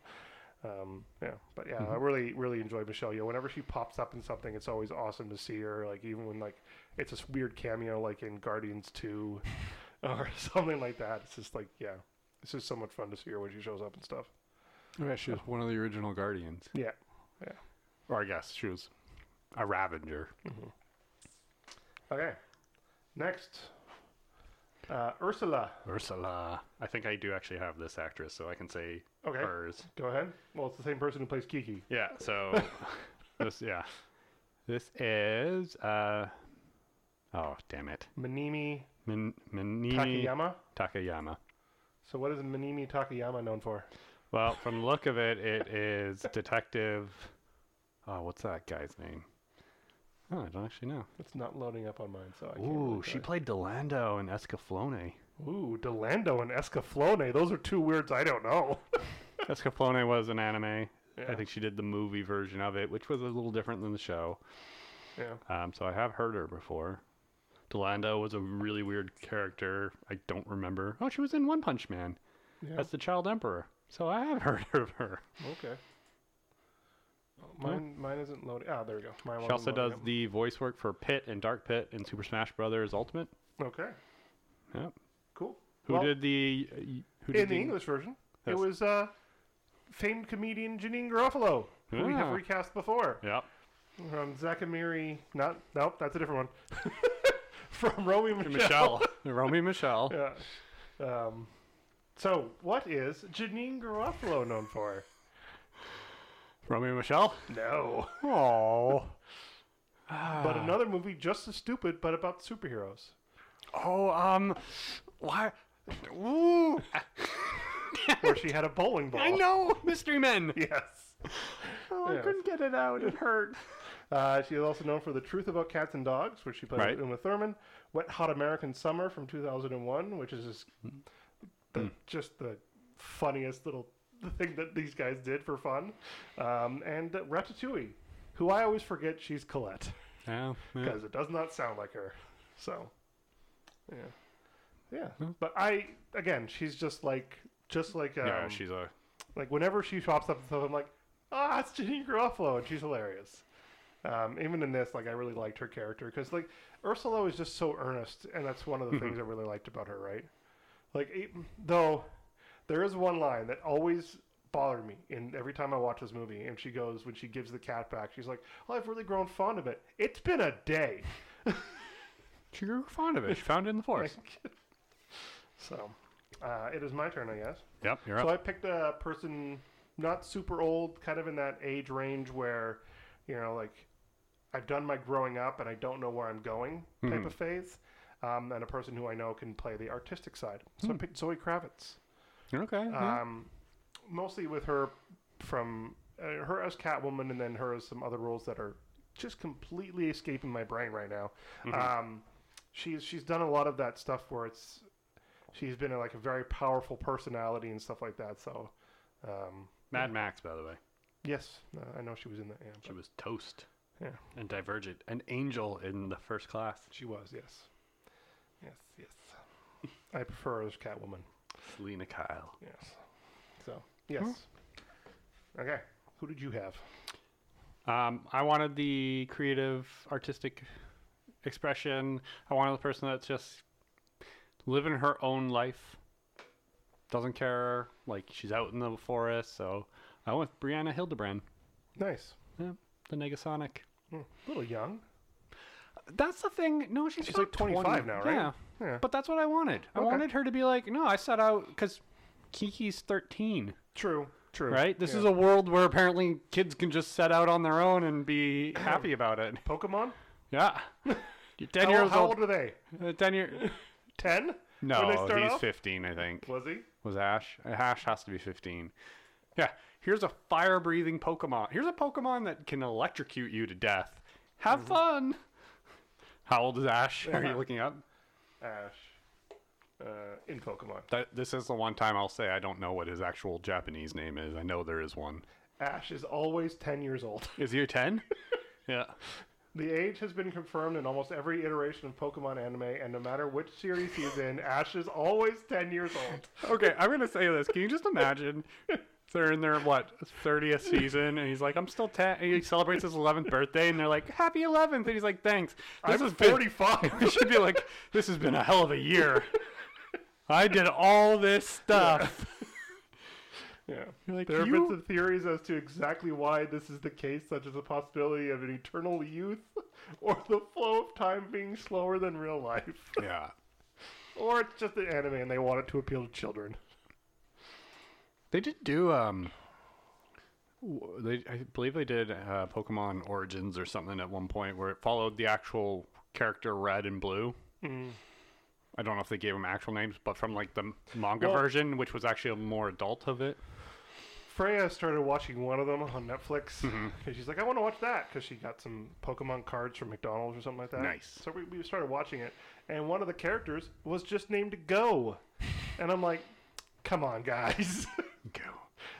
Um, yeah, but yeah, I really really enjoy Michelle Yeoh. Whenever she pops up in something, it's always awesome to see her. Like even when like it's this weird cameo, like in Guardians Two, or something like that. It's just like yeah, it's just so much fun to see her when she shows up and stuff.
Yeah, she was one of the original Guardians.
Yeah,
Or I guess she was a Ravager.
Okay. Next, uh, Ursula.
Ursula. I think I do actually have this actress, so I can say
Okay.
hers.
Go ahead. Well, it's the same person who plays Kiki.
Yeah, so this yeah. This is uh oh damn it.
Minimi
Min Minimi
Takayama.
Takayama.
So, what is Minimi Takayama known for?
Well, from the look of it, it is Detective Oh, what's that guy's name? Oh, I don't actually know.
It's not loading up on mine, so I can't.
Ooh,
really
she
tell
played Delando in Escaflowne.
you. Ooh, Delando and Escaflowne. Those are two words I don't know.
Escaflowne was an anime.
Yeah.
I think she did the movie version of it, which was a little different than the show.
yeah.
Um, so I have heard her before. Delando was a really weird character. I don't remember. Oh, she was in One Punch Man
Yeah.
as the Child Emperor. So I have heard of her.
okay. Oh, Mine, mine isn't loading. Ah, there we go. Mine
Hmm. She
wasn't
also does
loading
the voice work for Pit and Dark Pit in Super Smash Brothers Ultimate.
up. Okay,
Yep.
cool.
Who
Well,
did the? uh, y- Who did
in the English version? It
Yes.
was uh, famed comedian Janine Garofalo, who we have
Ah.
recast before.
Yep.
From Zakamiri, not nope, that's a different one. From Romy Michelle.
Michelle. Romy Michelle.
Yeah. Um, so, what is Janine Garofalo known for?
Romy Michelle.
No,
Oh.
but
Ah.
another movie just as stupid, but about superheroes.
Oh. Um. Why? Ooh.
Where she had a bowling ball.
I know. Mystery Men.
Yes.
Oh,
Yeah.
get it out. It hurt.
Uh, she is also known for The Truth About Cats and Dogs, which she played
Right.
with Uma Thurman. Wet Hot American Summer from 2001, which is just
Hmm.
the, just the funniest little thing that these guys did for fun. Um, and Ratatouille, who I always forget she's Colette
Yeah. yeah.
because it does not sound like her. So, yeah, yeah.
Hmm.
But I again, she's just like just like um,
yeah she's a
like whenever she pops up and stuff, I'm like, ah, it's Janine Garofalo, and she's hilarious. Um, even in this, like, I really liked her character because like Ursula is just so earnest, and that's one of the things I really liked about her. Right? Like, it, though, there is one line that always bothered me, and every time I watch this movie, and she goes when she gives the cat back, she's like, "Oh, I've really grown fond of it. It's been a day."
She grew fond of it. She found it in the forest.
so, uh, it is my turn, I guess.
Yep, you're
So
up.
I picked a person not super old, kind of in that age range where, you know, like I've done my growing up and I don't know where I'm going type
Hmm.
of phase, um, and a person who I know can play the artistic side. So
Hmm.
I picked Zoe Kravitz,
You're okay. yeah.
um, mostly with her from uh, her as Catwoman and then her as some other roles that are just completely escaping my brain right now. Um, she's she's done a lot of that stuff where it's she's been like a very powerful personality and stuff like that. So, um,
Mad Max, by the way.
yes, uh, I know she was in that. Yeah,
She was toast
Yeah.
and divergent. An angel in the first class.
she was. Yes, yes, yes. I prefer her as Catwoman.
Selena Kyle.
Yes. So yes. Okay. Who did you have?
Um, I wanted the creative, artistic expression. I wanted the person that's just living her own life. Doesn't care. Like, she's out in the forest. So I went with Brianna Hildebrand,
Nice.
yeah, the Negasonic.
Hmm. little young.
That's the thing. No, she's,
She's
not
like 25
20.
now, right?
Yeah.
Yeah.
But that's what I wanted. I
Okay.
wanted her to be like, no, I set out because Kiki's 13,
True. True.
right? This
Yeah.
is a world where apparently kids can just set out on their own and be happy about it.
Pokemon.
Yeah. You're 10
How,
years
how
old.
old are they?
uh, 10 year.
Ten? When they
No,
start
he's
off?
15, I think.
Was he?
Was Ash? Uh, Ash has to be 15. Yeah. Here's a fire breathing Pokemon. Here's a Pokemon that can electrocute you to death. Have fun. How old is Ash? Are you looking up?
Ash. Uh, in Pokemon.
That this is the one time I'll say I don't know what his actual Japanese name is. I know there is one.
Ash is always 10 years old.
Is he a ten? yeah.
The age has been confirmed in almost every iteration of Pokemon anime, and no matter which series he's in, Ash is always 10 years old.
Okay, I'm gonna say this. Can you just imagine They're in their what thirtieth season, and he's like, "I'm still ten. He celebrates his eleventh birthday, and they're like, "Happy 11th. and he's like, "Thanks." This
I'm
has been-
45.
we should be like, "This has been a hell of a year. I did all this stuff."
Yeah.
You're like,
there have
"You-
been some theories as to exactly why this is the case, such as the possibility of an eternal youth, or the flow of time being slower than real life,
yeah.
or it's just an anime and they want it to appeal to children.
They did do um. w- They, I believe they did uh, Pokemon Origins or something at one point where it followed the actual character Red and Blue. Mm. I don't know if they gave them actual names, but from like the m- manga
Well-
version, which was actually a more adult of it.
Freya started watching one of them on Netflix
Mm-hmm.
'cause she's like, I want to watch that because she got some Pokemon cards from McDonald's or something like that.
Nice.
So we, we started watching it, and one of the characters was just named Go, and I'm like, come on, guys.
Go.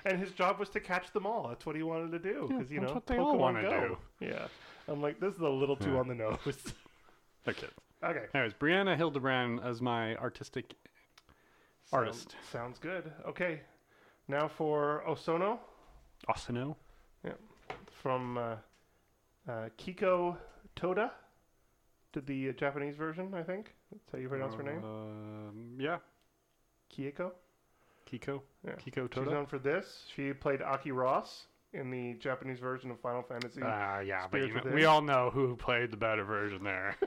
and his job was to catch them all. That's what he wanted to do because you
that's
know
what they all
Pokemon
wanna
Go. Yeah, I'm like, this is a little too
Yeah.
on the nose.
Okay.
okay,
Anyways, Brianna Hildebrand as my artistic artist.
Sound- sounds good. Okay, now for Osono
Asano.
from uh, uh, Kiko Toda. Did the uh, Japanese version, I think. That's how you pronounce her name.
Um, yeah.
Kiko.
Kiko.
Yeah.
Kiko
She's
Toda.
known for this. She played Aki Ross in the Japanese version of Final Fantasy.
Ah, yeah, but you
Spirits
know,
Within.
we all know who played the better version there.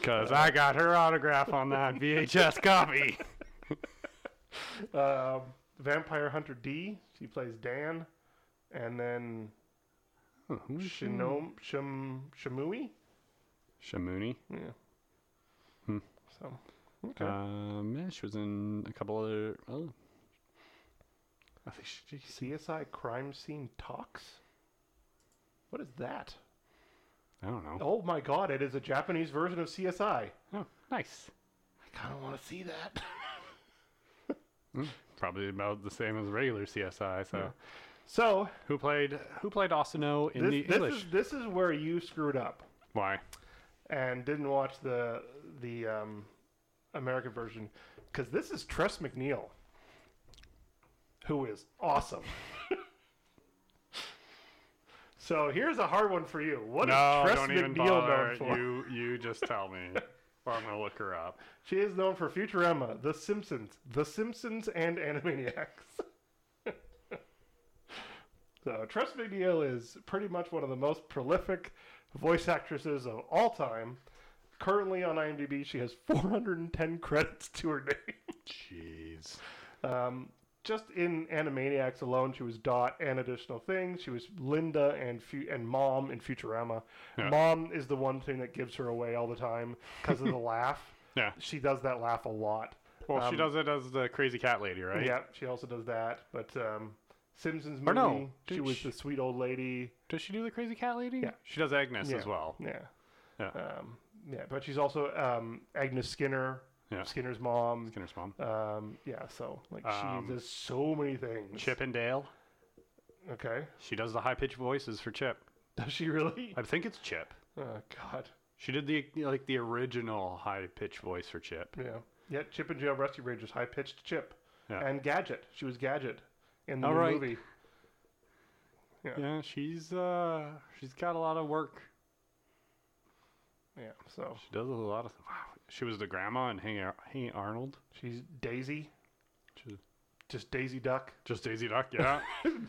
Because I got her autograph on that VHS copy. Ah.
Um, Vampire Hunter D. She plays Dan, and then
Oh,
Shinom Shim Shimui.
Shamuni.
Yeah.
Hmm.
So. Okay.
Um, yeah, she was in a couple other. Oh. I think she, she's
CSI Crime Scene Talks. What is that?
I don't know.
Oh my God! It is a Japanese version of CSI. I
Oh, nice.
kind of want to see that.
Hmm. Probably about the same as regular CSI. So,
Yeah. so
who played who played Asano in
this,
the
this
English?
is this is where you screwed up
Why?
and didn't watch the the um, American version because this is Tress McNeil, who is awesome. so here's a hard one for you. What is
No,
Tress
don't even
McNeil
bother.
known for?
You you just tell me, or I'm gonna look her up.
She is known for Futurama, The Simpsons, The Simpsons, and Animaniacs. so Tress McNeil is pretty much one of the most prolific voice actresses of all time. Currently on IMDb, she has 410 credits to her name.
Jeez.
Um, just in Animaniacs alone, she was Dot and additional things. She was Linda and Fu- and Mom in Futurama.
Yeah.
Mom is the one thing that gives her away all the time because of the laugh
Yeah.
she does that laugh a lot.
Well, she
Um,
does it as the crazy cat lady, right?
Yeah, she also does that. But um, Simpsons movie,
Or no,
she
did
was
she-
the sweet old lady.
Does she do the crazy cat lady?
Yeah.
She does Agnes
Yeah.
as well.
Yeah,
Yeah.
um, yeah. But she's also um, Agnes Skinner,
Yeah.
Skinner's mom.
Skinner's mom.
Um, yeah, so like
Um,
she does so many things.
Chip and Dale.
Okay,
She does the high pitched voices for Chip.
does she really?
I think it's Chip.
Oh God,
She did the like the original high pitched voice for Chip.
yeah. Yeah, Chip and Jail Rescue Rangers, high pitched Chip,
Yeah.
and Gadget. She was Gadget in the
All
new
right.
movie. Yeah.
Yeah, she's uh she's got a lot of work.
Yeah, so
She does a lot of wow. She was the grandma in Hey, Ar- hey Arnold.
she's Daisy,
She,
just Daisy Duck.
just Daisy Duck, yeah.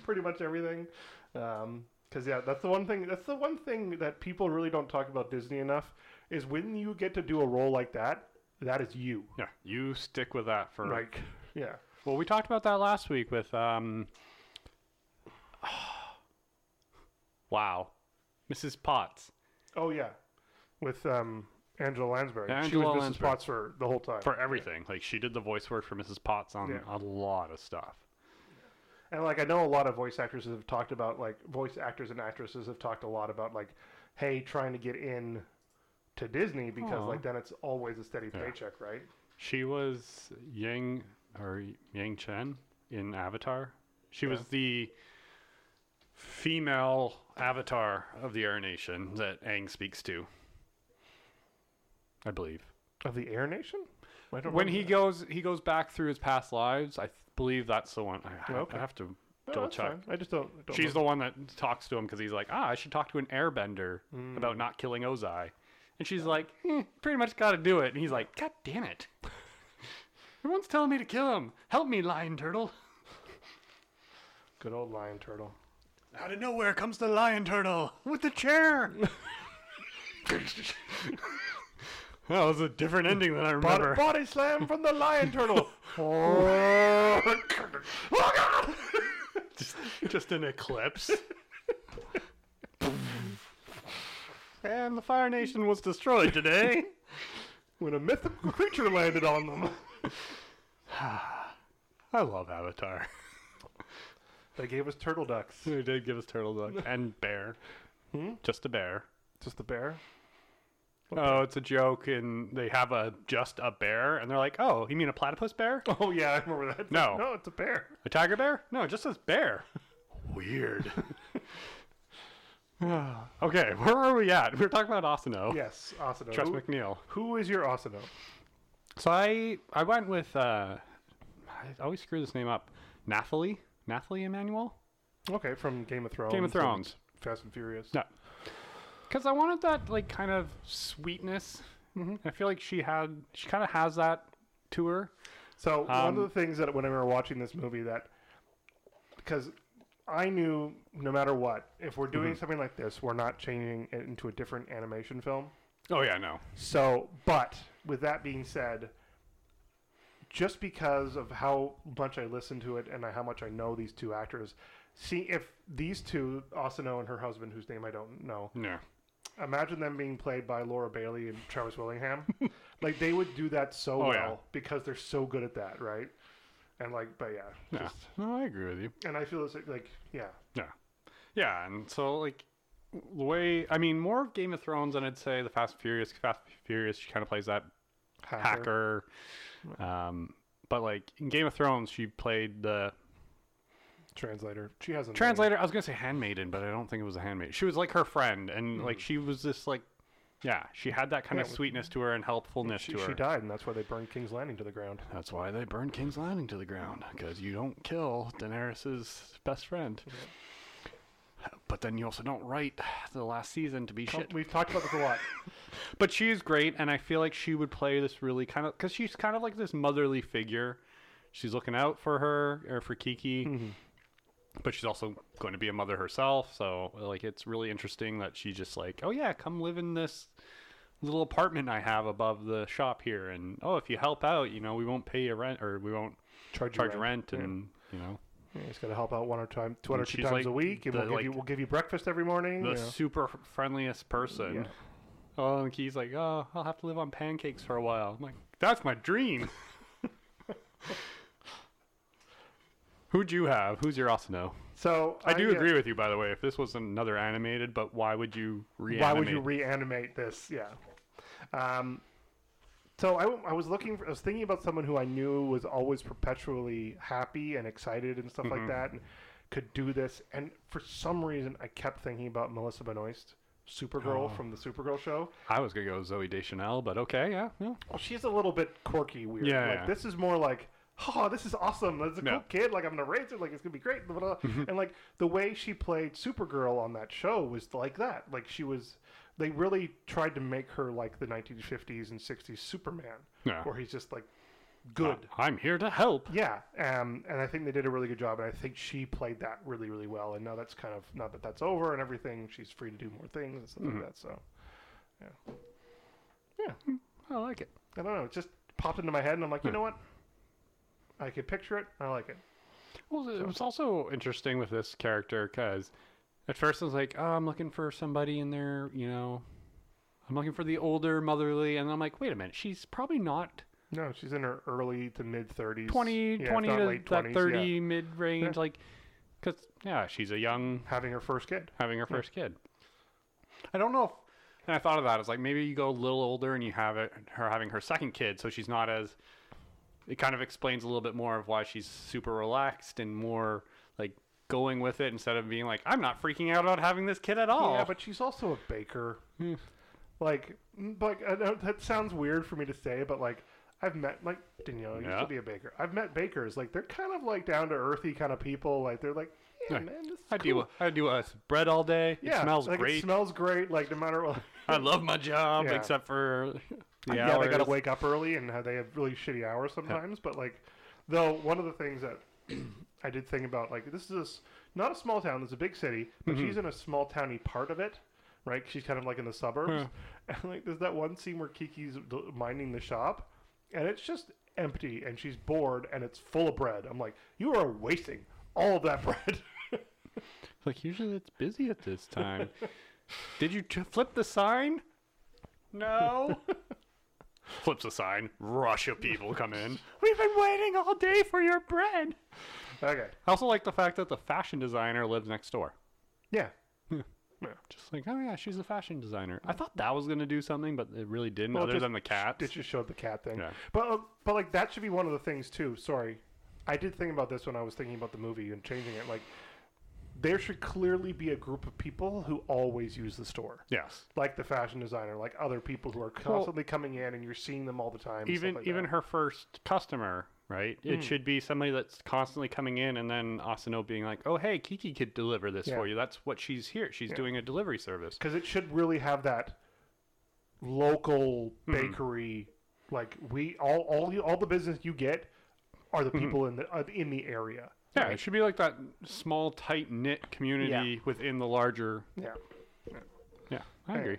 pretty much everything. Um 'cause because yeah, that's the one thing. That's the one thing that people really don't talk about Disney enough is when you get to do a role like that. That is you,
yeah, you stick with that for
like yeah,
Well, we talked about that last week with um Wow. Mrs. Potts
oh yeah, with um Angela Lansbury.
Yeah,
she was
Angela
Mrs.
Lansbury.
Potts for the whole time.
for everything. Like she did the voice work for Mrs. Potts on
Yeah.
a lot of stuff.
And like I know a lot of voice actresses have talked about like voice actors and actresses have talked a lot about like, hey, trying to get in to Disney because
Aw.
like then it's always a steady
Yeah.
paycheck, right?
She was Yang or Yang Chen in Avatar. She was the female avatar of the Air Nation that Aang speaks to. I believe.
Of the Air Nation. I don't
when
remember
he
that.
goes he goes back through his past lives i th- believe that's the one i, I-
Okay.
I have to
No,
double
that's
check
fine. I just don't. I don't
she's
remember.
the one that talks to him because he's like ah i should talk to an airbender
Mm.
about not killing ozai and she's like "Eh, pretty much gotta do it and he's like god damn it everyone's telling me to kill him help me lion turtle
good old lion turtle.
out of nowhere comes the lion turtle with the chair that was a different ending than i remember
Body, body slam from the lion turtle.
Oh, God! just, just an eclipse. and the Fire Nation was destroyed today.
when a mythical creature landed on them.
I love Avatar.
They gave us turtle ducks.
They did give us turtle duck and bear.
Hmm?
Just a bear.
Just the bear.
Oh, it's a joke, and they have a just a bear, and they're like, "Oh, you mean a platypus bear?
Oh yeah, I remember that.
No.
no, it's a bear.
A tiger bear? No, it just says bear." Weird. okay, where are we at? We were talking about Asano.
Yes, Asano.
Trust
Who-
McNeil.
Who is your Asano?
So I I went with uh, I always screw this name up. Nathalie Nathalie Emmanuel
Okay, from Game of Thrones.
Game of
and
Thrones.
Fast and Furious.
No, because I wanted that like kind of sweetness. I feel like she had she kind of has that to her.
So one
Um,
of the things that when we were watching this movie that because I knew no matter what, if we're doing
Mm-hmm.
something like this, we're not changing it into a different animation film.
Oh yeah, no.
So, but with that being said, just because of how much I listen to it and how much I know these two actors, see if these two, Asano and her husband, whose name I don't know,
No.
imagine them being played by Laura Bailey and Travis Willingham. like they would do that so
Oh,
well
yeah.
because they're so good at that, right? And like, but yeah,
No.
just,
No, I agree with you.
and I feel it's like, like yeah,
Yeah. Yeah, and so like the way I mean more of Game of Thrones than I'd say the Fast and Furious Fast and Furious she kind of plays that hacker. Um but like in Game of Thrones she played the
translator. She has a name.
translator i was gonna say handmaiden but i don't think it was a handmaid she was like her friend and
Hmm.
like she was this like yeah she had that kind
Yeah,
of sweetness to her and helpfulness
She,
to her
she died, and that's why they burned King's Landing to the ground.
that's why they burned king's landing to the ground because you don't kill daenerys's best friend but then you also don't write the last season to be shit
Oh, We've talked about this a lot.
but she's great and i feel like she would play this really kind of because she's kind of like this motherly figure she's looking out for her or for kiki but she's also going to be a mother herself so like it's really interesting that she just like oh yeah come live in this little apartment i have above the shop here and oh if you help out you know we won't pay you rent or we won't
Charge,
charge
you
rent,
Yeah.
and you know
Yeah, he's got to help out one or time, two
And
or two
she's
times
like
a week, and
the,
we'll give, you,
like,
we'll give you breakfast every morning.
the
you know.
super friendliest person
Yeah.
oh and he's like oh i'll have to live on pancakes for a while i'm like that's my dream who'd you have who's your asano
So
i do
uh,
agree with you by the way if this was another animated but why would you reanimate
Why would you reanimate this? Yeah. Um, so I, w- I was looking, for, I was thinking about someone who I knew was always perpetually happy and excited and stuff like that, and could do this. And for some reason, I kept thinking about Melissa Benoist, Supergirl
Oh.
from the Supergirl show.
i was gonna go zoe deschanel but okay yeah, yeah.
Well, Oh, she's a little bit quirky, weird.
Yeah,
like
yeah.
this is more like, oh, this is awesome. That's
Yeah.
a
Mm-hmm.
cool kid. Like I'm gonna raise her. Like it's gonna be great. blah, blah, blah. and like the way she played Supergirl on that show was like that. Like she was. They really tried to make her like the 1950s and 60s Superman,
Yeah.
where he's just like good.
i'm here to help
Yeah, um, and I think they did a really good job, and I think she played that really, really well. And now that's kind of now that that's over and everything, she's free to do more things and stuff
Mm-hmm.
like that. So, yeah, yeah.
i like it
I don't know. It just popped into my head, and I'm
Hmm.
like, you know what? I could picture it. and I like it.
Well, it was also interesting with this character because at first I was like, oh, I'm looking for somebody in there, you know, I'm looking for the older motherly. And I'm like, wait a minute, she's probably not
No, she's in her early to mid 30s.
20,
yeah, if
20
not
to
late
that
20s,
30
yeah.
mid range. Like, because, yeah, she's a young,
Having her first kid.
having her first kid. I don't know if, and I thought of that. I was like, maybe you go a little older and you have it, her having her second kid. So she's not as, it kind of explains a little bit more of why she's super relaxed and more like going with it instead of being like, I'm not freaking out about having this kid at all.
Yeah, but she's also
Hmm.
mm, uh, a baker. like, like I know that sounds weird for me to say, but like, I've met like Danielle used
Yeah.
to be a baker. I've met bakers like they're kind of like down to earthy kind of people. Like they're like, yeah,
Right.
man, this is
I do.
cool."
I do uh, bread all day.
Yeah,
it smells
like,
great.
It smells great. Like no matter what.
I love my job,
Yeah.
except for the
yeah, they gotta
hours.
wake up early and how they have really shitty hours sometimes. But like, though, one of the things that I did think about, like, this is a s not a small town. It's a big city, but
Mm-hmm.
she's in a small towny part of it, right? She's kind of like in the suburbs. And like, there's that one scene where Kiki's d- minding the shop, and it's just empty, and she's bored, and it's full of bread. I'm like, you are wasting all of that bread.
Like usually it's busy at this time. Did you t- flip the sign? No. Flips the sign. Rush of people come in. We've been waiting all day for your bread.
okay,
I also like the fact that the fashion designer lives next door.
yeah,
Just like, oh yeah, she's a fashion designer. I thought that was gonna do something, but it really didn't.
Well,
other
just-
than the cat.
It just showed the cat thing.
Yeah.
But uh, but like that should be one of the things too. Sorry, I did think about this when I was thinking about the movie and changing it. Like there should clearly be a group of people who always use the store.
Yes.
Like the fashion designer, like other people who are constantly coming in and you're seeing them all the time. and stuff
Even
like
even
that.
her first customer, right? It should be somebody that's constantly coming in, and then Asano being like, "Oh hey, Kiki could deliver this
Yeah.
for you." That's what she's here. She's doing a delivery service.
because it should really have that local
Hmm.
bakery. Like we all all you all the business you get are
Mm-hmm.
the people in the uh, in the area.
Yeah, it should be like that small, tight knit community within the larger.
Yeah.
Yeah, I
Hey.
agree.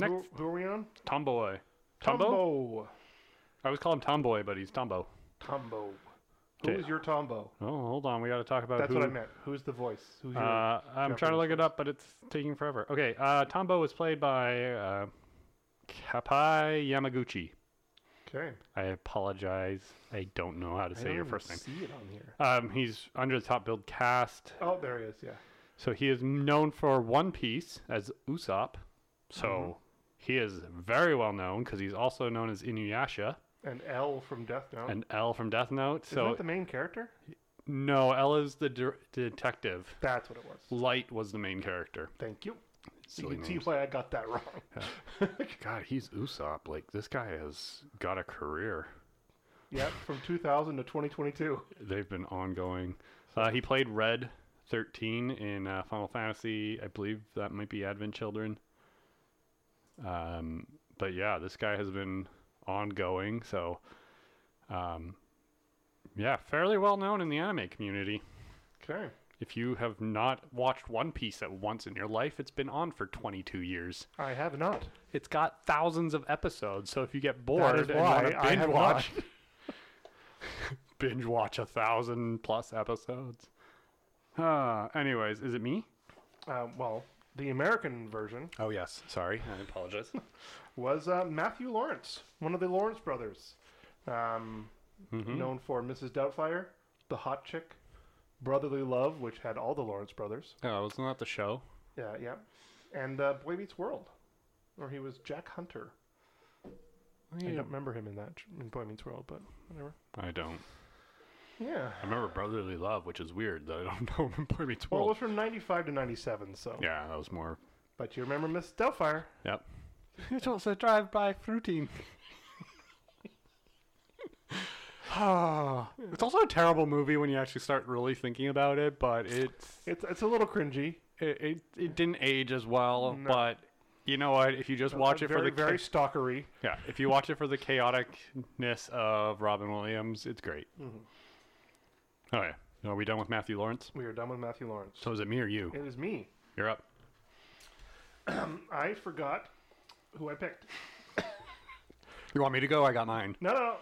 Who,
Next,
who are we on?
Tomboy. Tombo?
Tombo.
I always call him Tomboy, but he's Tombo.
Tombo.
Okay.
Who is your Tombo?
Oh, hold on. We got to talk about
That's
who.
what I meant. Who's the voice? Who's your...
Uh, I'm trying to
Japanese
look it up, but it's taking forever. Okay, uh, Tombo was played by uh, Kapai Yamaguchi.
okay.
I apologize. I don't know how to say your first name.
See it on here.
Um, he's under the top build cast.
Oh, there he is. Yeah.
So he is known for One Piece as Usopp. So he is very well known because he's also known as Inuyasha
And L from Death Note.
and L from Death Note.
Isn't
So
that the main character?
no, L is the dir- detective.
That's what it was.
Light was the main character.
Thank you. So
Silly
you can see
names.
why I got that wrong.
E God, he's Usopp. Like this guy has got a career.
yep. From 2000 to 2022.
They've been ongoing. Uh, he played Red 13 in uh, Final Fantasy. I believe that might be Advent Children. Um, but yeah, this guy has been ongoing. So, um, yeah, fairly well known in the anime community.
Okay.
If you have not watched One Piece at once in your life, it's been on for 22 years.
I have not.
It's got thousands of episodes. So if you get bored
is
and
why
want
I
to binge
have
watch, binge watch a thousand plus episodes. Uh, anyways, is it me?
Uh, well, the American version
Oh yes, sorry, I apologize.
was uh, Matthew Lawrence, one of the Lawrence brothers, um,
Mm-hmm.
known for Mrs. Doubtfire, The Hot Chick, Brotherly Love, which had all the Lawrence brothers.
oh, wasn't that the show?
Yeah, yeah, and uh, Boy Meets World, where he was Jack Hunter. I don't remember him in that in Boy Meets World, but whatever.
I don't.
Yeah.
I remember Brotherly Love, which is weird that I don't know when Boy Meets
Well, it
World.
was from '95 to '97, so.
Yeah, that was more.
But you remember Miss Doubtfire?
Yep. it's also drive-by fruiting. it's also a terrible movie when you actually start really thinking about it, but it's
It's it's a little cringy.
it, it, it didn't age as well, but you know what? If you just watch it
very,
for the
very
cha-
stalkery.
yeah, if you watch it for the chaoticness of Robin Williams, it's great.
Mm-hmm.
Oh yeah, are we done with Matthew Lawrence?
We are done with Matthew Lawrence.
So is it me or you?
It is me.
You're up.
I forgot who I picked.
You want me to go? I got mine.
No, no, no.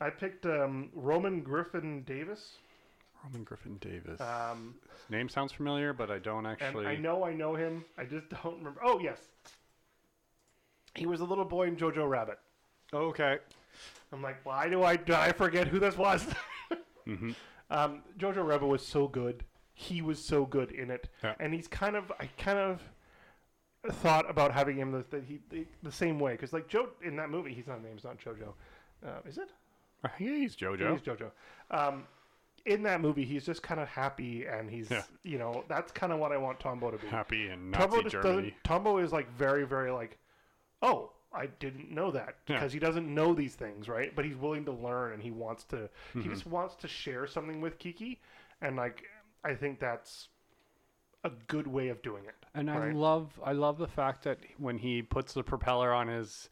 I picked um, Roman Griffin Davis.
Roman Griffin Davis.
Um,
His name sounds familiar, but I don't
and
actually.
I know I know him. I just don't remember. Oh, yes. He was a little boy in Jojo Rabbit.
Oh, Okay.
I'm like, why do I, do I forget who this was?
Mhm.
um, Jojo Rabbit was so good. He was so good in it.
Yeah.
And he's kind of, I kind of thought about having him the, the, he, the, the same way. Because, like, Joe, in that movie, he's not named, it's not Jojo. Uh, is it?
I think he's
Yeah,
JoJo.
He's JoJo. Um, in that movie, he's just kind of happy, and he's
Yeah.
you know that's kind of what I want Tombo to be.
Happy in
Tombo
Nazi
just
Germany.
doesn't. Tombo is like very very like, oh, I didn't know that
Yeah.
because he doesn't know these things, right? But he's willing to learn and he wants to.
Mm-hmm.
He just wants to share something with Kiki, and like I think that's a good way of doing it.
And I
right?
love I love the fact that when he puts the propeller on his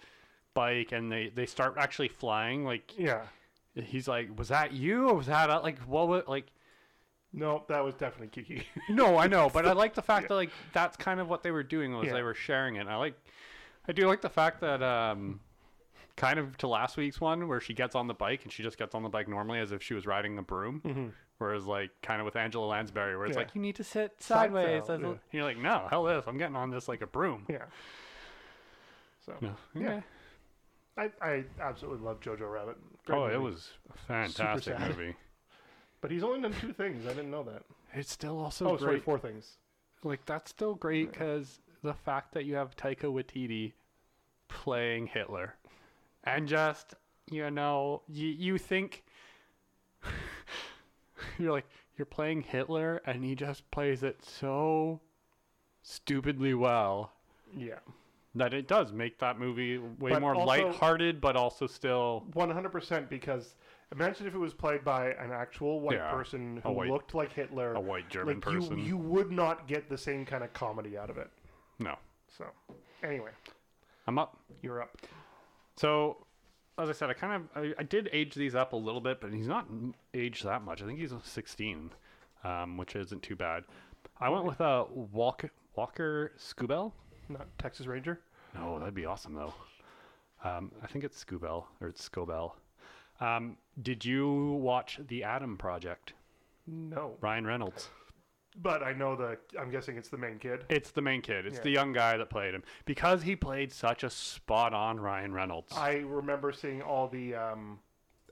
bike and they they start actually flying like
yeah.
he's like was that you or was that uh, like what was like
No, that was definitely Kiki.
no I know but I like the fact that like that's kind of what they were doing was
Yeah.
they were sharing it I like I do like the fact that um kind of to last week's one where she gets on the bike and she just gets on the bike normally as if she was riding a broom whereas like kind of with Angela Lansbury where it's
Mm-hmm. Yeah.
like you need to sit
Side
sideways
saddle, yeah.
and you're like no hell this I'm getting on this like a broom Oh,
yeah. So
No.
Yeah.
Okay.
I, I absolutely love Jojo Rabbit. Great
Oh, it
movie.
was a fantastic
sad.
movie.
But he's only done two things. I didn't know that.
It's still also
Oh, sorry,
great.
four things.
like that's still great because the fact that you have Taika Waititi playing Hitler, and just you know you you think you're like you're playing Hitler, and he just plays it so stupidly well
Yeah.
that it does make that movie way
But
more
also-
lighthearted, but also still
One hundred percent. Because imagine if it was played by an actual white
Yeah,
person
a
who
white-
looked like Hitler,
a white German
like, you-
person.
You, would not get the same kind of comedy out of it.
no,
So, anyway,
I'm up.
you're up.
So, as I said, I kind of I, I did age these up a little bit, but he's not m- aged that much. I think he's 16, um, which isn't too bad. I went with a Walker Walker Scoobell.
Not Texas Ranger.
No, that'd be awesome though. Um, I think it's Scoobell or it's Scobell. Um, did you watch The Atom Project?
No,
Ryan Reynolds.
but I know the. I'm guessing it's the main kid.
It's the main kid. It's
Yeah.
the young guy that played him because he played such a spot on Ryan Reynolds.
I remember seeing all the um,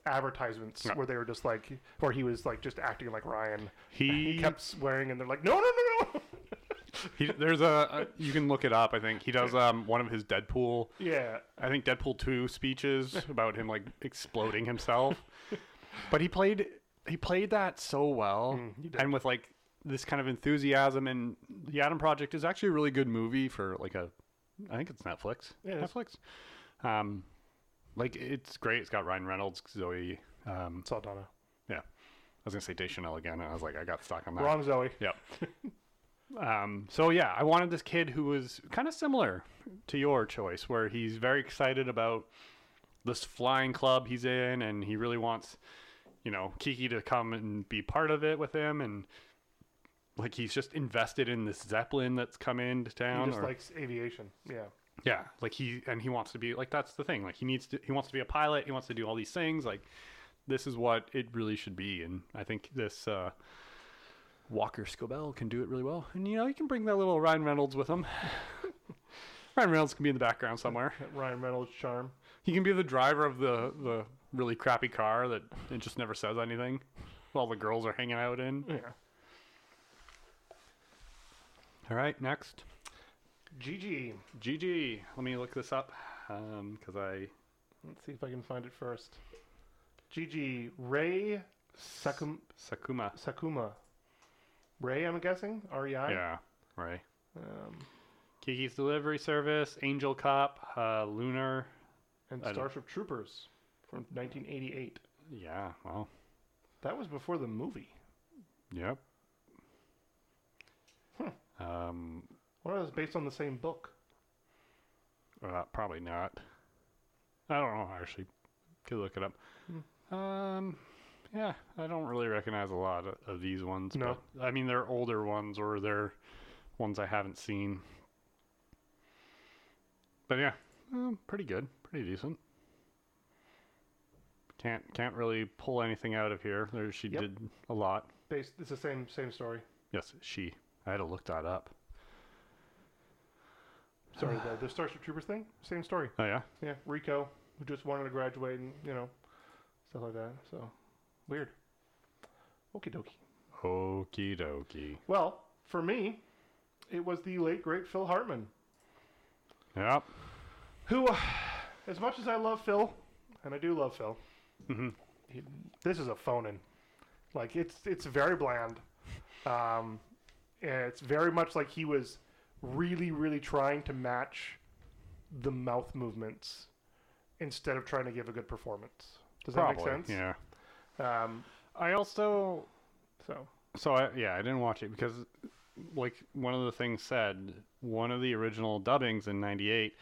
advertisements
Yeah.
where they were just like, where he was like just acting like Ryan.
he
He kept swearing, and they're like, no, no, no, no.
He, there's a, a you can look it up. I think he does um one of his Deadpool.
yeah,
I think Deadpool two speeches about him like exploding himself. but he played he played that so well,
Mm, he did.
and with like this kind of enthusiasm. And the Adam Project is actually a really good movie for like a, I think it's Netflix.
Yeah, it is.
Netflix. Um, like it's great. It's got Ryan Reynolds, Zoe. Um,
Saldana.
yeah, I was gonna say Deschanel again, and I was like, I got stuck on that.
Wrong Zoe.
Yep. um, so yeah, I wanted this kid who was kind of similar to your choice, where he's very excited about this flying club he's in, and he really wants, you know, Kiki to come and be part of it with him, and like he's just invested in this zeppelin that's come into
He
town.
just
or-
likes aviation. Yeah.
yeah, like he and he wants to be like that's the thing. Like he needs to he wants to be a pilot. He wants to do all these things. Like this is what it really should be. And I think this uh, Walker Scobell can do it really well. And you know you can bring that little Ryan Reynolds with him. Ryan Reynolds can be in the background somewhere.
That Ryan Reynolds charm.
He can be the driver of the the really crappy car that it just never says anything. All the girls are hanging out in.
Yeah.
All right, next.
GG.
GG. Let me look this up because I
Let's see if I can find it first. GG. Ray Sakum-
Sakuma.
Sakuma. Ray, I'm guessing? R-E-I?
Yeah, right.
Um,
Kiki's Delivery Service, Angel Cop, uh, Lunar.
and
I don't-
Starship Troopers from 1988.
Yeah, well,
That was before the movie.
yep. Um,
One of those based on the same book.
uh, probably not. I don't know, actually. Could look it up.
Hmm.
Um, yeah, I don't really recognize a lot of, of these ones.
No.
But, I mean, they're older ones or they're ones I haven't seen. But yeah, um, pretty good, pretty decent. Can't can't really pull anything out of here. There, she
Yep.
did a lot.
Based, it's the same same story.
Yes, she. I had to look that up.
Sorry, the, the Starship Troopers thing? Same story.
Oh yeah,
Yeah, Rico, who just wanted to graduate and, you know, stuff like that. So, weird. Okie dokie.
okie dokie.
Well, for me, it was the late, great Phil Hartman,
Yep.
who, uh, as much as I love Phil, and I do love Phil,
Mhm.
he- this is a phone-in. Like, it's, it's very bland. Um, and it's very much like he was really, really trying to match the mouth movements instead of trying to give a good performance. Does
Probably.
that make sense?
Yeah.
Yeah. Um,
I also
so
so I, yeah I didn't watch it because like one of the things said one of the original dubbings in '98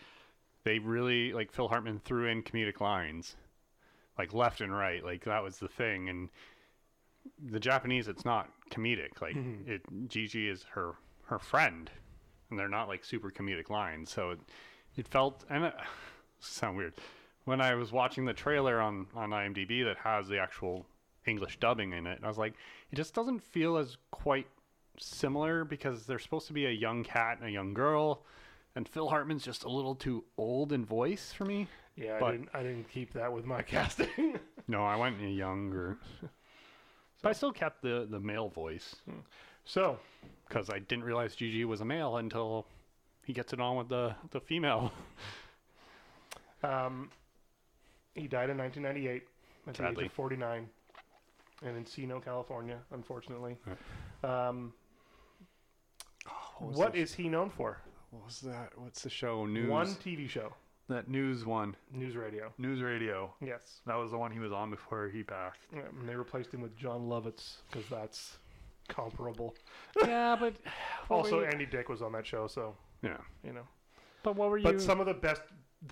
they really like Phil Hartman threw in comedic lines like left and right like that was the thing and the Japanese it's not comedic like it Gigi is her her friend and they're not like super comedic lines so it it felt and it sound weird when I was watching the trailer on on IMDb that has the actual English dubbing in it and I was like it just doesn't feel as quite similar because there's supposed to be a young cat and a young girl and Phil Hartman's just a little too old in voice for me
yeah,
But-
I didn't I didn't keep that with my casting.
no I went younger but I still kept the the male voice
so
because I didn't realize Gigi was a male until he gets it on with the the female.
um, he died in 1998 at the age
Sadly.
of 49 in Encino, California. Unfortunately, um, what is he known for?
what was that? What's the show? News
One TV show,
that news one
News Radio.
news radio.
Yes,
That was the one he was on before he passed.
and they replaced him with John Lovitz because that's comparable.
yeah, but
also, Andy Dick was on that show, so
yeah.
you know.
But what were you?
But some of the best,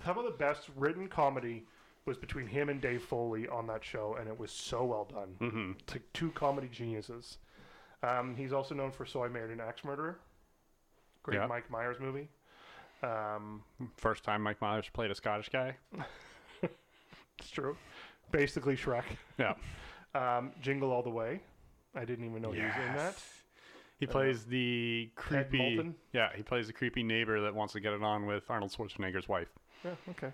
some of the best written comedy was between him and Dave Foley on that show, and it was so well done.
hmm
It's like two comedy geniuses. Um, he's also known for So I Married an Axe Murderer, great
Yeah.
Mike Myers movie. Um,
First time Mike Myers played a Scottish guy.
it's true. Basically Shrek.
Yeah.
Um, Jingle All the Way. I didn't even know Oh, he was in that. Uh,
He plays the
Ted
creepy.
Moulton?
Yeah, he plays the creepy neighbor that wants to get it on with Arnold Schwarzenegger's wife.
Yeah, okay.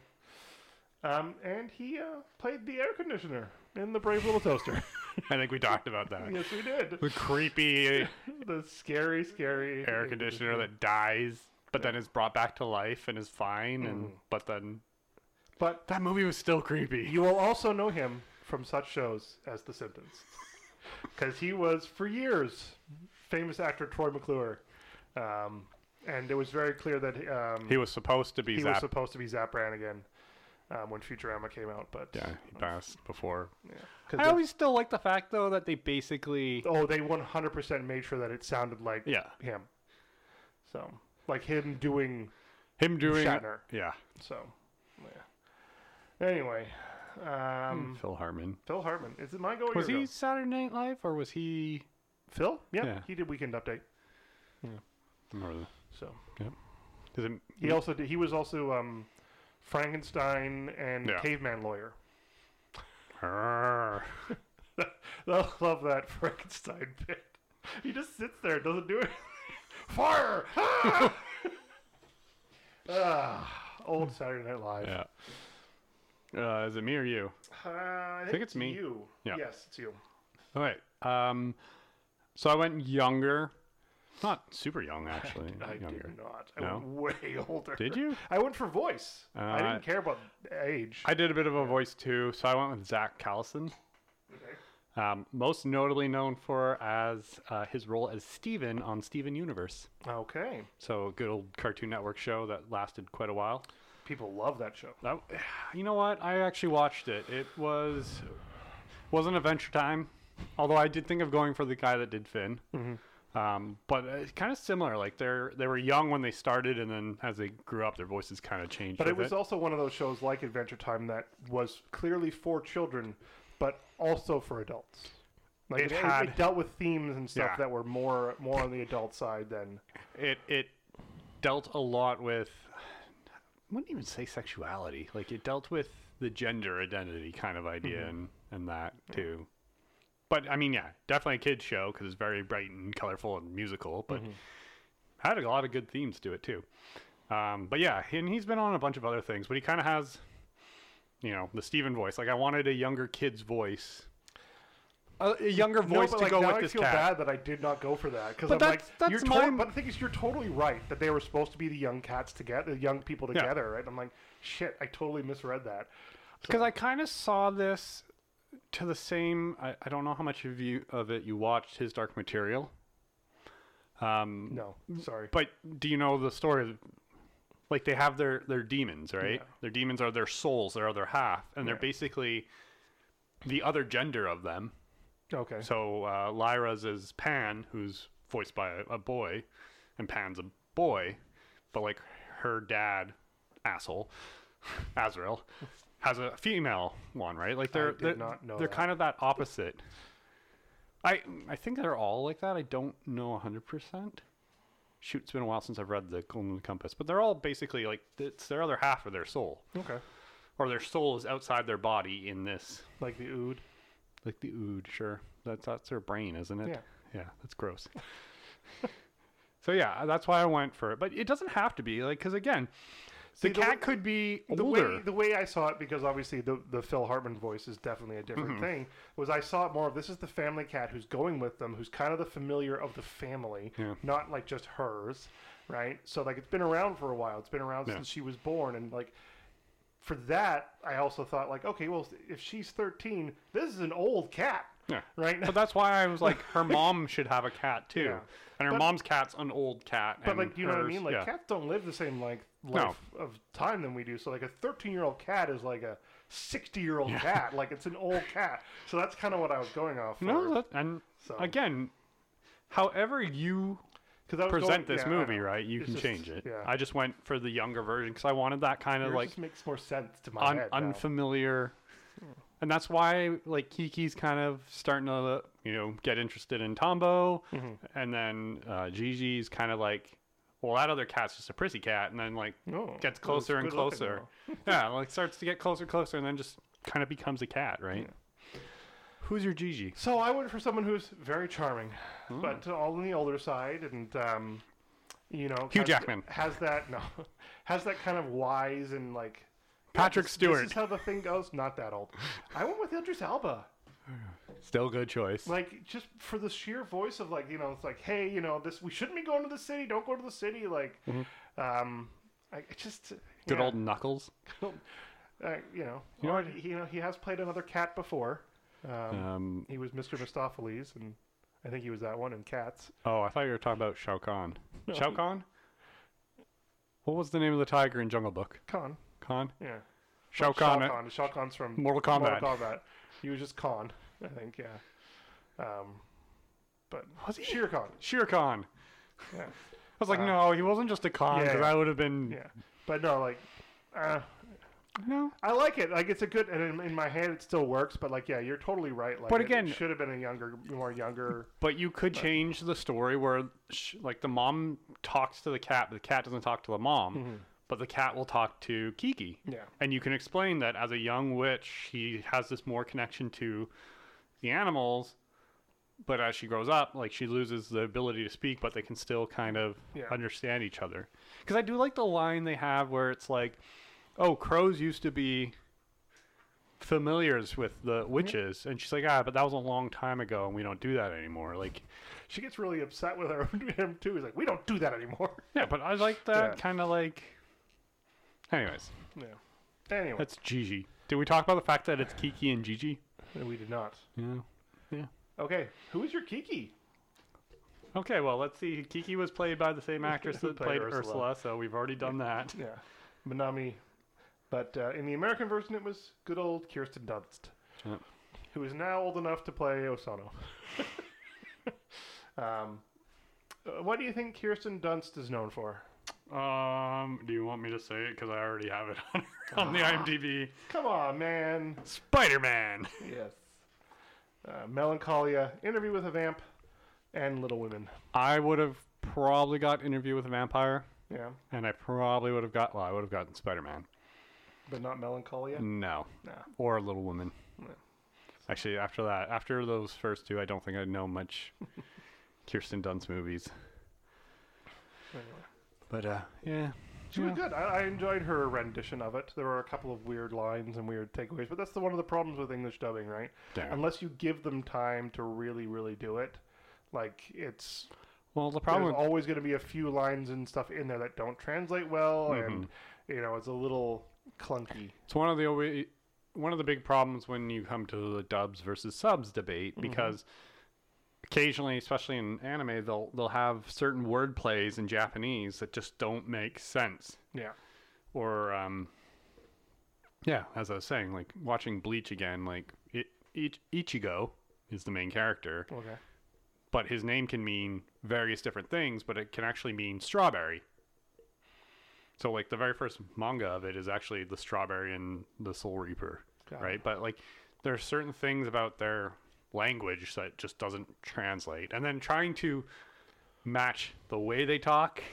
Um, and he uh, played the air conditioner in The Brave Little Toaster.
I think we talked about that.
yes, we did.
The creepy
The scary, scary
air conditioner that dies, but then is brought back to life and is fine. And but then
But
that movie was still creepy.
You will also know him from such shows as The Simpsons. Because he was, for years, famous actor Troy McClure. Um, and it was very clear that um,
He was supposed to be
he was
Zap.
supposed to be Zap Brannigan um, when Futurama came out. But
yeah, he passed before.
yeah. 'Cause
I
the-
always still like the fact though that they basically
oh, they 100% made sure that it sounded like
yeah
him. So, like him doing
him doing
Shatner.
yeah
So, yeah. Anyway, um,
Phil Hartman
Phil Hartman. Is it my go? or
Hmm. was
your
he
go?
Saturday Night Live or was he?
Phil? yeah,
Yeah.
he did Weekend Update.
or-
So.
Is it,
He also did, he was also um, Frankenstein and
Yeah.
Caveman Lawyer.
Arr.
I love that Frankenstein bit. He just sits there, and doesn't do it. Fire! Ah! Ah, old Saturday Night Live.
yeah. Uh, is it me or you?
Uh, I, think
it's me.
You.
Yeah.
Yes, it's you.
All right. Um, so I went younger, not super young actually.
I
younger.
did not. I
No?
went way older.
Did you?
I went for voice. I
Uh,
didn't care about age.
I did a bit of a voice too, so I went with Zach Callison. Um, most notably known for as uh, his role as Steven on Steven Universe.
okay.
So a good old Cartoon Network show that lasted quite a while.
People love that show.
That, you know what? I actually watched it. It was wasn't Adventure Time, although I did think of going for the guy that did Finn.
Mm-hmm.
Um, but it's kind of similar. Like they're they were young when they started, and then as they grew up, their voices kind of changed.
But it
with
was also one of those shows like Adventure Time that was clearly for children, but also for adults. Like
It
it, it
had-
dealt with themes and stuff
Yeah.
that were more more on the adult side than
it it dealt a lot with I wouldn't even say sexuality. Like it dealt with the gender identity kind of idea and, and that too. But I mean, yeah, definitely a kids show because it's very bright and colorful and musical. But had a lot of good themes to it too. Um, but yeah, and he's been on a bunch of other things. But he kind of has, you know, the Steven voice. Like I wanted a younger kid's voice, a, Uh, a younger
No,
voice
but,
to
like,
go
now
with
I
this
feel
cat.
bad that I did not go for that because
But
I'm like,
that's- that's
you're to-
mine.
But the thing is, you're totally right that they were supposed to be the young cats together, the young people together, right? I'm like, shit, I totally misread that.
because I kind of saw this to the same. I, I don't know how much of you of it you watched his Dark Material. Um,
No, sorry.
but do you know the story of like they have their their demons, right?
Yeah.
Their demons are their souls, their other half, and they're
Yeah.
basically the other gender of them.
Okay.
So uh, Lyra's is Pan, who's voiced by a, a boy, and Pan's a boy, but like her dad, asshole, Azrael, has a female one, right? Like they're
did
they're,
not know
they're
that.
kind of that opposite. I I think they're all like that. I don't know hundred percent. Shoot, it's been a while since I've read the Golden Compass, but they're all basically like it's their other half of their soul,
okay.
or their soul is outside their body in this
Like the ood.
like the ood, sure. That's that's her brain, isn't it?
Yeah.
Yeah, that's gross. so yeah, that's why I went for it. But it doesn't have to be like because again,
See,
the
the
cat
way-
could be
The
older.
way the way I saw it, because obviously the the Phil Hartman voice is definitely a different
Mm-hmm.
thing. Was I saw it more of this is the family cat who's going with them, who's kind of the familiar of the family,
Yeah.
not like just hers, right? So like it's been around for a while. It's been around
Yeah.
since she was born, and like for that, I also thought like, okay, well, if she's thirteen, this is an old cat,
Yeah.
right?
But that's why I was like, her mom should have a cat too,
Yeah.
and her
But-
mom's cat's an old cat.
But
and
like, you know what I
hers-
mean? Like
yeah.
cats don't live the same like life of time than we do. So like a 13 year old cat is like a 60 year old cat. Like it's an old cat. So that's kind of what I was going off.
no, that, and
So-
again, however you
because I was
present
going-
this
yeah, I
movie,
know.
right? You
It's
can
just-
change it.
yeah.
I just went for the younger version because I wanted that kind of
Yours
like
just makes more sense to my
un-
head. now.
unfamiliar. And that's why, like, Kiki's kind of starting to, you know, get interested in Tombo.
Mm-hmm.
And then uh, Gigi's kind of like, well, that other cat's just a prissy cat. And then, like,
No,
gets
Oh, it's
closer and
good looking,
closer. yeah, like, starts to get closer and closer and then just kind of becomes a cat, right? Who's your Gigi?
So I went for someone who's very charming,
Hmm.
but all on the older side, and um, you know,
Hugh
has-
Jackman.
has that no, has that kind of wise and like
Patrick
this-
Stewart.
This is how the thing goes. Not that old. I went with Idris Elba.
Still good choice.
Like just for the sheer voice of like you know it's like hey you know this we shouldn't be going to the city don't go to the city like um I it just
Mm-hmm. Good
yeah.
old Knuckles.
uh, you know
You know
or
what-
he- you know he has played another cat before um,
Um,
he was Mr. Mistopheles and I think he was that one in Cats
oh, I thought you were talking about Shao Kahn. Shao Kahn? What was the name of the tiger in Jungle Book?
Khan
Khan?
yeah
Shao
Oh, Shao
Kahn. uh,
Kahn Shao Kahn's from
Mortal Kombat.
Mortal Kombat he was just Khan I think yeah um but
Was he?
sheer Khan
Shere Khan.
yeah.
I was like, no, he wasn't just a Khan,
yeah,
because
yeah.
I would have been.
yeah but no like. Uh,
No.
I like it. Like it's a good, and in, in my head it still works. But like, yeah, you're totally right. Like,
But
it-
again-
it should have been a younger, more younger.
But you could change the story where, sh- like, the mom talks to the cat, but the cat doesn't talk to the mom, but the cat will talk to Kiki.
Yeah.
And you can explain that as a young witch, she has this more connection to the animals, but as she grows up, like, she loses the ability to speak, but they can still kind of
Yeah.
understand each other. Because I do like the line they have where it's like, oh, crows used to be familiars with the
Mm-hmm.
witches and she's like ah but that was a long time ago and we don't do that anymore like
She gets really upset with her, him too. He's like, we don't do that anymore.
yeah but i like that
Yeah.
kind of like anyways
Yeah. Anyway,
that's gigi did we talk about the fact that it's kiki and gigi
we did not.
yeah yeah
Okay, who is your Kiki?
okay well let's see kiki was played by the same actress
Who
that played
played
ursula.
Ursula,
so we've already done that
Yeah, Manami. But uh, in the American version, it was good old Kirsten Dunst,
Yep.
who is now old enough to play Osano. um, uh, what do you think Kirsten Dunst is known for?
um do you want me to say it because i already have it on, on the imdb
Come on, man.
spider-man
Yes. Uh, Melancholia, Interview with a Vamp, and Little Women.
i would have probably got interview with a vampire
Yeah,
and i probably would have got well i would have gotten spider-man
but not Melancholia.
no
No.
or a little woman.
Yeah.
Actually, after that, after those first two, I don't think I know much Kirsten Dunst movies.
Anyway.
But uh, yeah,
She was good. I, I enjoyed her rendition of it. There were a couple of weird lines and weird takeaways, but that's the, one of the problems with English dubbing, right?
Yeah.
Unless you give them time to really, really do it, like it's
well, the problem.
there's always going to be a few lines and stuff in there that don't translate well,
Mm-hmm.
and you know it's a little clunky.
It's one of the alwa- one of the big problems when you come to the dubs versus subs debate because occasionally, especially in anime, they'll they'll have certain word plays in Japanese that just don't make sense.
Yeah.
Or um, yeah, as I was saying, like watching Bleach again, like it, Ich- Ichigo is the main character,
Okay.
but his name can mean various different things, but it can actually mean strawberry. So like the very first manga of it is actually the strawberry and the soul reaper,
Got
right? But like there are certain things about their language that just doesn't translate. And then trying to match the way they talk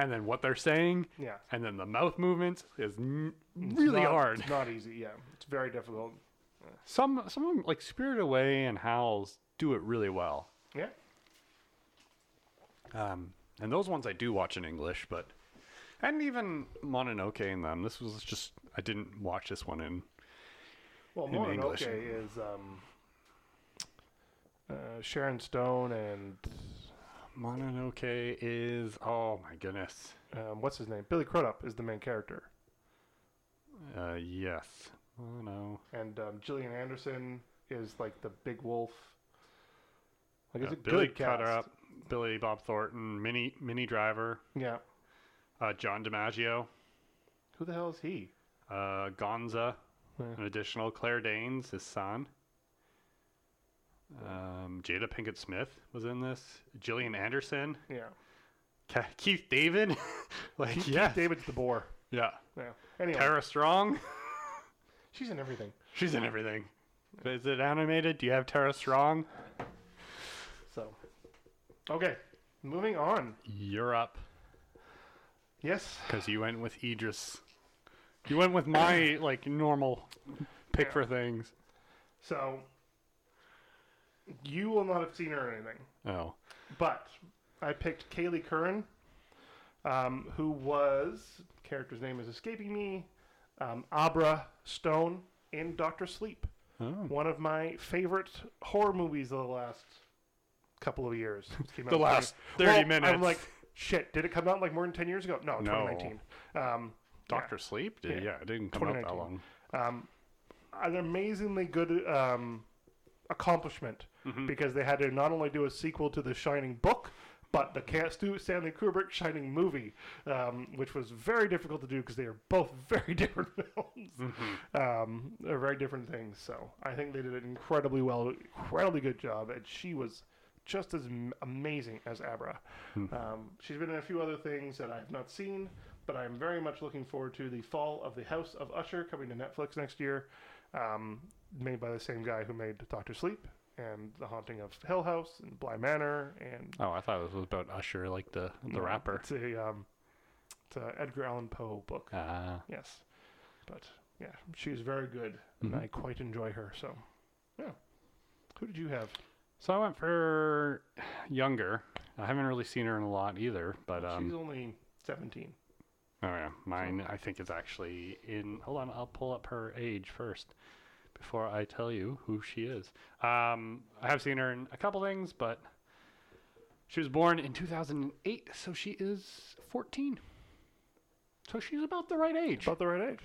and then what they're saying
Mm-hmm. Yeah.
and then the mouth movements is n-
It's
really
not-
hard.
It's not easy. Yeah. It's very difficult.
Some some of 'em, like Spirit Away and Howls do it really well.
Yeah.
Um, and those ones I do watch in English, but and even Mononoke in them. This was just I didn't watch this one in.
Well,
In English.
Mononoke is um, uh, Sharon Stone and
Mononoke is oh my goodness.
um, what's his name? Billy Crudup is the main character,
Uh, yes. Oh no.
and um, Gillian Anderson is like the big wolf. Like it's
Yeah,
a
Billy
good cast.
Crudup, Billy Bob Thornton, Mini Mini Driver,
Yeah.
uh, John DiMaggio,
Who the hell is he?
uh, Gonza,
Yeah.
an additional Claire Danes, his son. Um, Jada Pinkett Smith was in this. Gillian Anderson,
Yeah.
Ke- Keith David, like yeah,
David's the boar.
yeah.
Yeah. Anyway,
Tara Strong.
she's in everything.
She's in everything. Is it animated? Do you have Tara Strong?
So, okay, moving on.
You're up.
Yes.
Because you went with Idris. You went with my, like, normal pick
Yeah.
for things.
So, you will not have seen her or anything.
Oh.
But I picked Kaylee Curran, um, who was character's name is escaping me, um, Abra Stone in Doctor Sleep,
oh.
one of my favorite horror movies of the last couple of years. It came out
The
in
last
20
30
Well,
minutes.
I'm like, shit, did it come out like more than ten years ago? No,
No.
2019. Um,
Doctor Sleep? Did, yeah.
Yeah.
it didn't come out that
2019.
long.
um, an amazingly good um, accomplishment because they had to not only do a sequel to the Shining book, but the Ca- Stu- Stanley Kubrick Shining movie, um, which was very difficult to do because they are both very different films, um, they're very different things. So I think they did an incredibly well, incredibly good job, and she was just as m- amazing as Abra. Um, she's been in a few other things that I have not seen, but I'm very much looking forward to the Fall of the House of Usher coming to Netflix next year, um, made by the same guy who made Doctor Sleep and The Haunting of Hill House and Bly Manor and
Oh, I thought it was about Usher, like the, the rapper.
It's a, um, it's a Edgar Allan Poe book.
Ah.
Yes, but yeah, she's very good, and I quite enjoy her. So, yeah. Who did you have?
so I went for younger. I haven't really seen her in a lot either, but. Um,
she's only seventeen.
Oh yeah, mine. I think is actually in. Hold on, I'll pull up her age first before I tell you who she is. Um, I have seen her in a couple things, but she was born in 2008, so she is 14. So she's about the right age.
About the right age.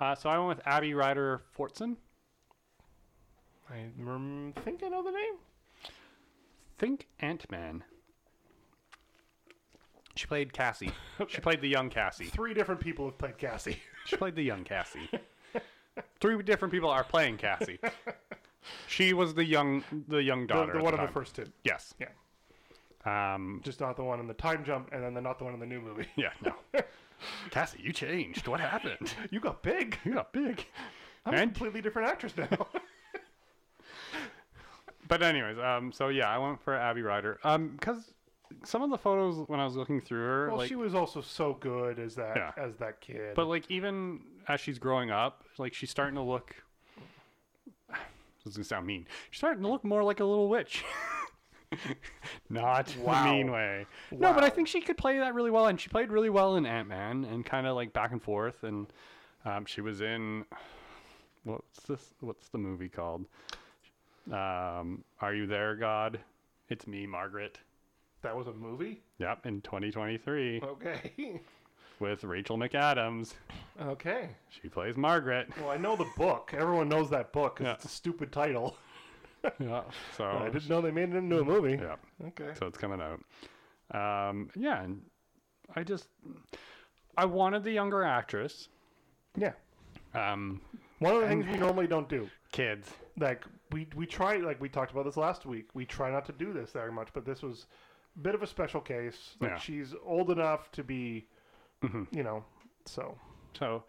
Uh, so I went with Abby Ryder Fortson.
I rem- think I know the name.
Think Ant Man. She played Cassie. She played the young Cassie.
Three different people have played Cassie.
She played the young Cassie. Three different people are playing Cassie. She was the young, the young
the,
daughter.
the
at
one on the
time.
first two.
Yes.
Yeah,
Um.
just not the one in the time jump, and then the, not the one in the new movie.
Yeah. No. Cassie, you changed. What happened?
You got big.
You got big.
I'm a
And
completely different actress now.
but anyways, um. So yeah, I went for Abby Ryder. Um, because some of the photos when I was looking through her,
well,
like,
she was also so good as that
Yeah.
as that kid.
but like even as she's growing up, like she's starting to look. This is gonna sound mean. She's starting to look more like a little witch. Not
Wow.
the mean way. No, but I
Wow.
think she could play that really well, and she played really well in Ant Man, and kind of like back and forth, and um, she was in what's this? What's the movie called? Um, Are you there, God? It's me, Margaret.
that was a movie.
Yep, in 2023
Okay.
with Rachel McAdams.
okay.
She plays Margaret.
Well, I know the book. Everyone knows that book 'cause
Yeah.
it's a stupid title.
yeah. So
I didn't know they made it into a movie.
Yeah.
Okay.
So it's coming out. Um, yeah, and I just I wanted the younger actress.
Yeah.
Um,
One of the things we normally don't do,
kids.
like we we try, like we talked about this last week. We try not to do this very much, but this was a bit of a special case. Like
Yeah.
she's old enough to be, you know, so
So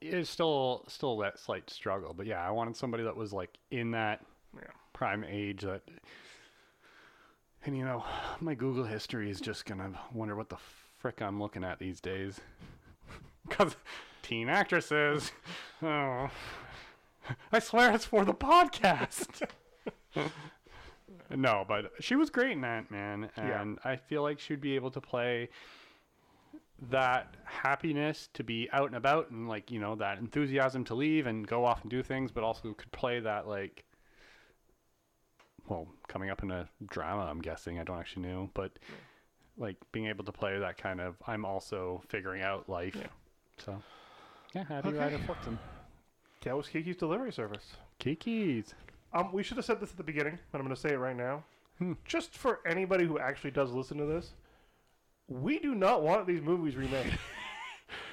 it's still still that slight struggle, but yeah, I wanted somebody that was like in that
yeah.
prime age that and you know, my Google history is just going to wonder what the frick I'm looking at these days. Cuz teen actresses. Oh. I swear it's for the podcast. no, but she was great in that, man,
Yeah.
and I feel like she'd be able to play that happiness to be out and about and like you know that enthusiasm to leave and go off and do things but also could play that like well coming up in a drama i'm guessing i don't actually know but like being able to play that kind of i'm also figuring out life
Yeah.
so yeah happy
Okay.
rider fortune
That was Kiki's delivery service.
kiki's
Um, we should have said this at the beginning, but I'm going to say it right now.
Hmm.
Just for anybody who actually does listen to this, we do not want these movies remade.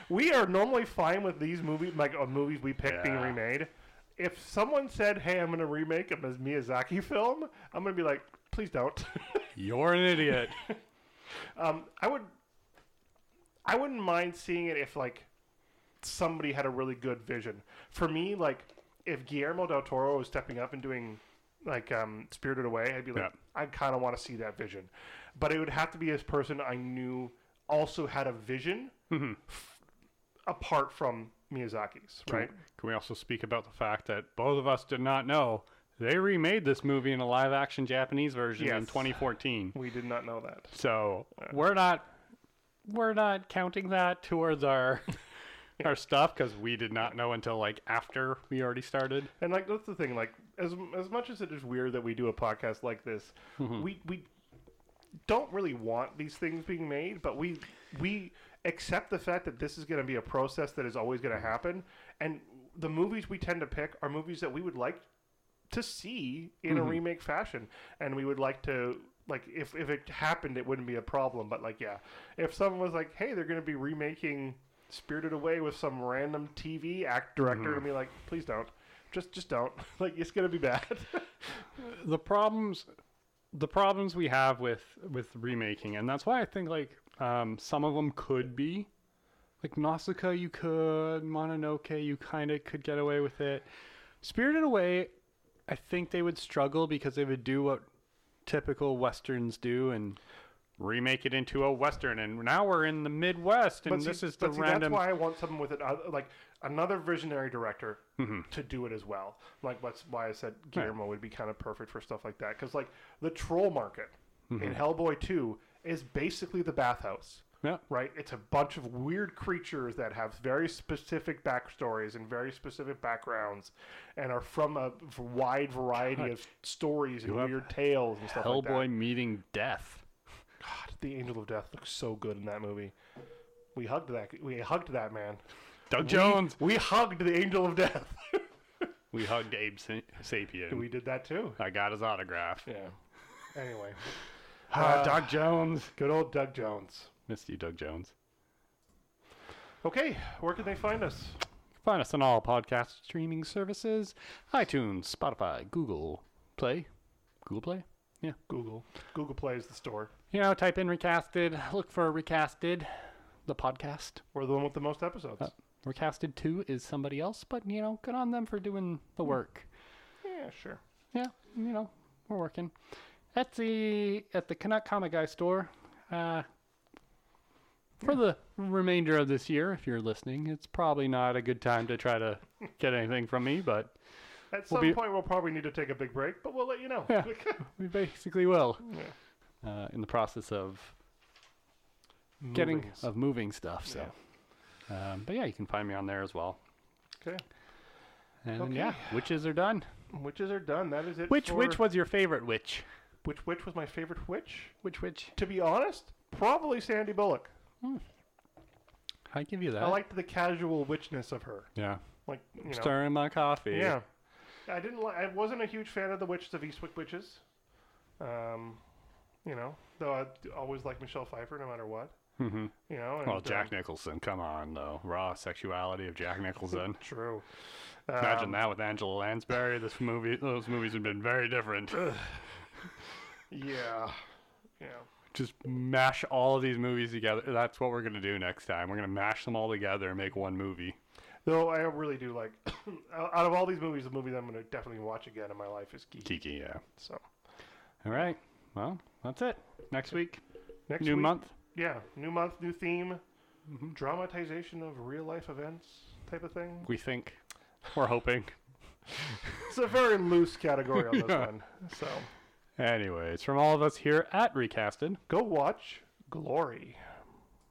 we are normally fine with these movies, like uh, movies we pick being
Yeah.
remade. If someone said, "Hey, I'm going to remake a Miz- Miyazaki film," I'm going to be like, "Please don't."
you're an idiot
um, I would, I wouldn't mind seeing it if like somebody had a really good vision. For me, like if Guillermo del Toro was stepping up and doing like um, Spirited Away, I'd be like,
Yeah.
I kind of want to see that vision, but it would have to be this person I knew also had a vision f- apart from Miyazaki's,
Can-
right?
Can we also speak about the fact that both of us did not know they remade this movie in a live action Japanese version in
Yes.
2014.
We did not know that.
So we're not we're not counting that towards our our stuff because we did not know until like after we already started.
And like that's the thing. Like as as much as it is weird that we do a podcast like this, we we don't really want these things being made, but we we accept the fact that this is going to be a process that is always going to happen. And the movies we tend to pick are movies that we would like to see in
Mm-hmm.
a remake fashion, and we would like to. Like if, if it happened, it wouldn't be a problem. But like, yeah, if someone was like, "Hey, they're going to be remaking Spirited Away with some random TV act
Mm-hmm.
director," and be like, "Please don't, just just don't. like, it's going to be bad."
The problems the problems we have with with remaking, and that's why I think like um, some of them could be like Nausicaa, you could Mononoke, you kind of could get away with it. Spirited Away, I think they would struggle because they would do what typical westerns do and remake it into a western. And now we're in the Midwest, and
But see-
this is the
but see,
random.
That's why I want someone with an oth- like another visionary director
Mm-hmm.
to do it as well. Like that's why I said Guillermo would be kind of perfect for stuff like that because like the troll market
Mm-hmm.
in Hellboy Two is basically the bathhouse.
Yeah.
Right, it's a bunch of weird creatures that have very specific backstories and very specific backgrounds, and are from a v- wide variety of stories and
have
weird tales and stuff like that.
Hellboy meeting death.
God, the Angel of Death looks so good in that movie. We hugged that. We hugged that man.
Doug Jones.
We hugged the Angel of Death.
We hugged Abe Sa- Sapien.
we did that too.
I got his autograph.
Yeah. Anyway,
Ah, Doug Jones.
good old Doug Jones.
Missed you, Doug Jones.
Okay, where can they find us?
Find us on all podcast streaming services iTunes, Spotify, Google Play. Google Play? Yeah.
Google. Google Play is the store.
You know, type in Recasted, look for Recasted, the podcast.
We're the one with the most episodes.
Recasted 2 is somebody else, but, you know, good on them for doing the work.
yeah, sure.
Yeah, you know, we're working. Etsy at the Canuck Comic Guy store. Uh, for the remainder of this year, if you're listening, it's probably not a good time to try to get anything from me, but
At
We'll
some
be-
point, we'll probably need to take a big break, but we'll let you know.
Yeah. We basically will.
Yeah.
Uh, in the process of getting of moving stuff. So, um, but yeah, you can find me on there as well.
Okay.
And
Okay.
yeah, witches are done.
Witches are done. That is it.
Which
for-
witch was your favorite witch?
which witch was my favorite witch?
Which witch?
To be honest, probably Sandy Bullock.
I give you that.
I liked the casual witchness of her.
yeah.
Like you know.
Stirring my coffee.
Yeah. I didn't. Li- I wasn't a huge fan of the Witches of Eastwick Witches. Um, you know, though I d- always like Michelle Pfeiffer no matter what.
Mhm.
You know, and,
Well,
uh,
Jack Nicholson. Come on, though. Raw sexuality of Jack Nicholson.
True.
Imagine
Um,
that with Angela Lansbury. This movie, those movies have been very different.
Yeah. Yeah.
Just mash all of these movies together. That's what we're gonna do next time. We're gonna mash them all together and make one movie.
Though I really do like, out out of all these movies, the movie that I'm going to definitely watch again in my life is Geek.
Kiki, yeah.
So
All right. Well, that's it. Next week,
next
new
week-
month. Mm-hmm.
Yeah, new month, new theme, dramatization of real life events type of thing.
We think. We're hoping.
It's a very loose category on this
Yeah.
one. So
Anyways, from all of us here at Recasted.
go watch Glory.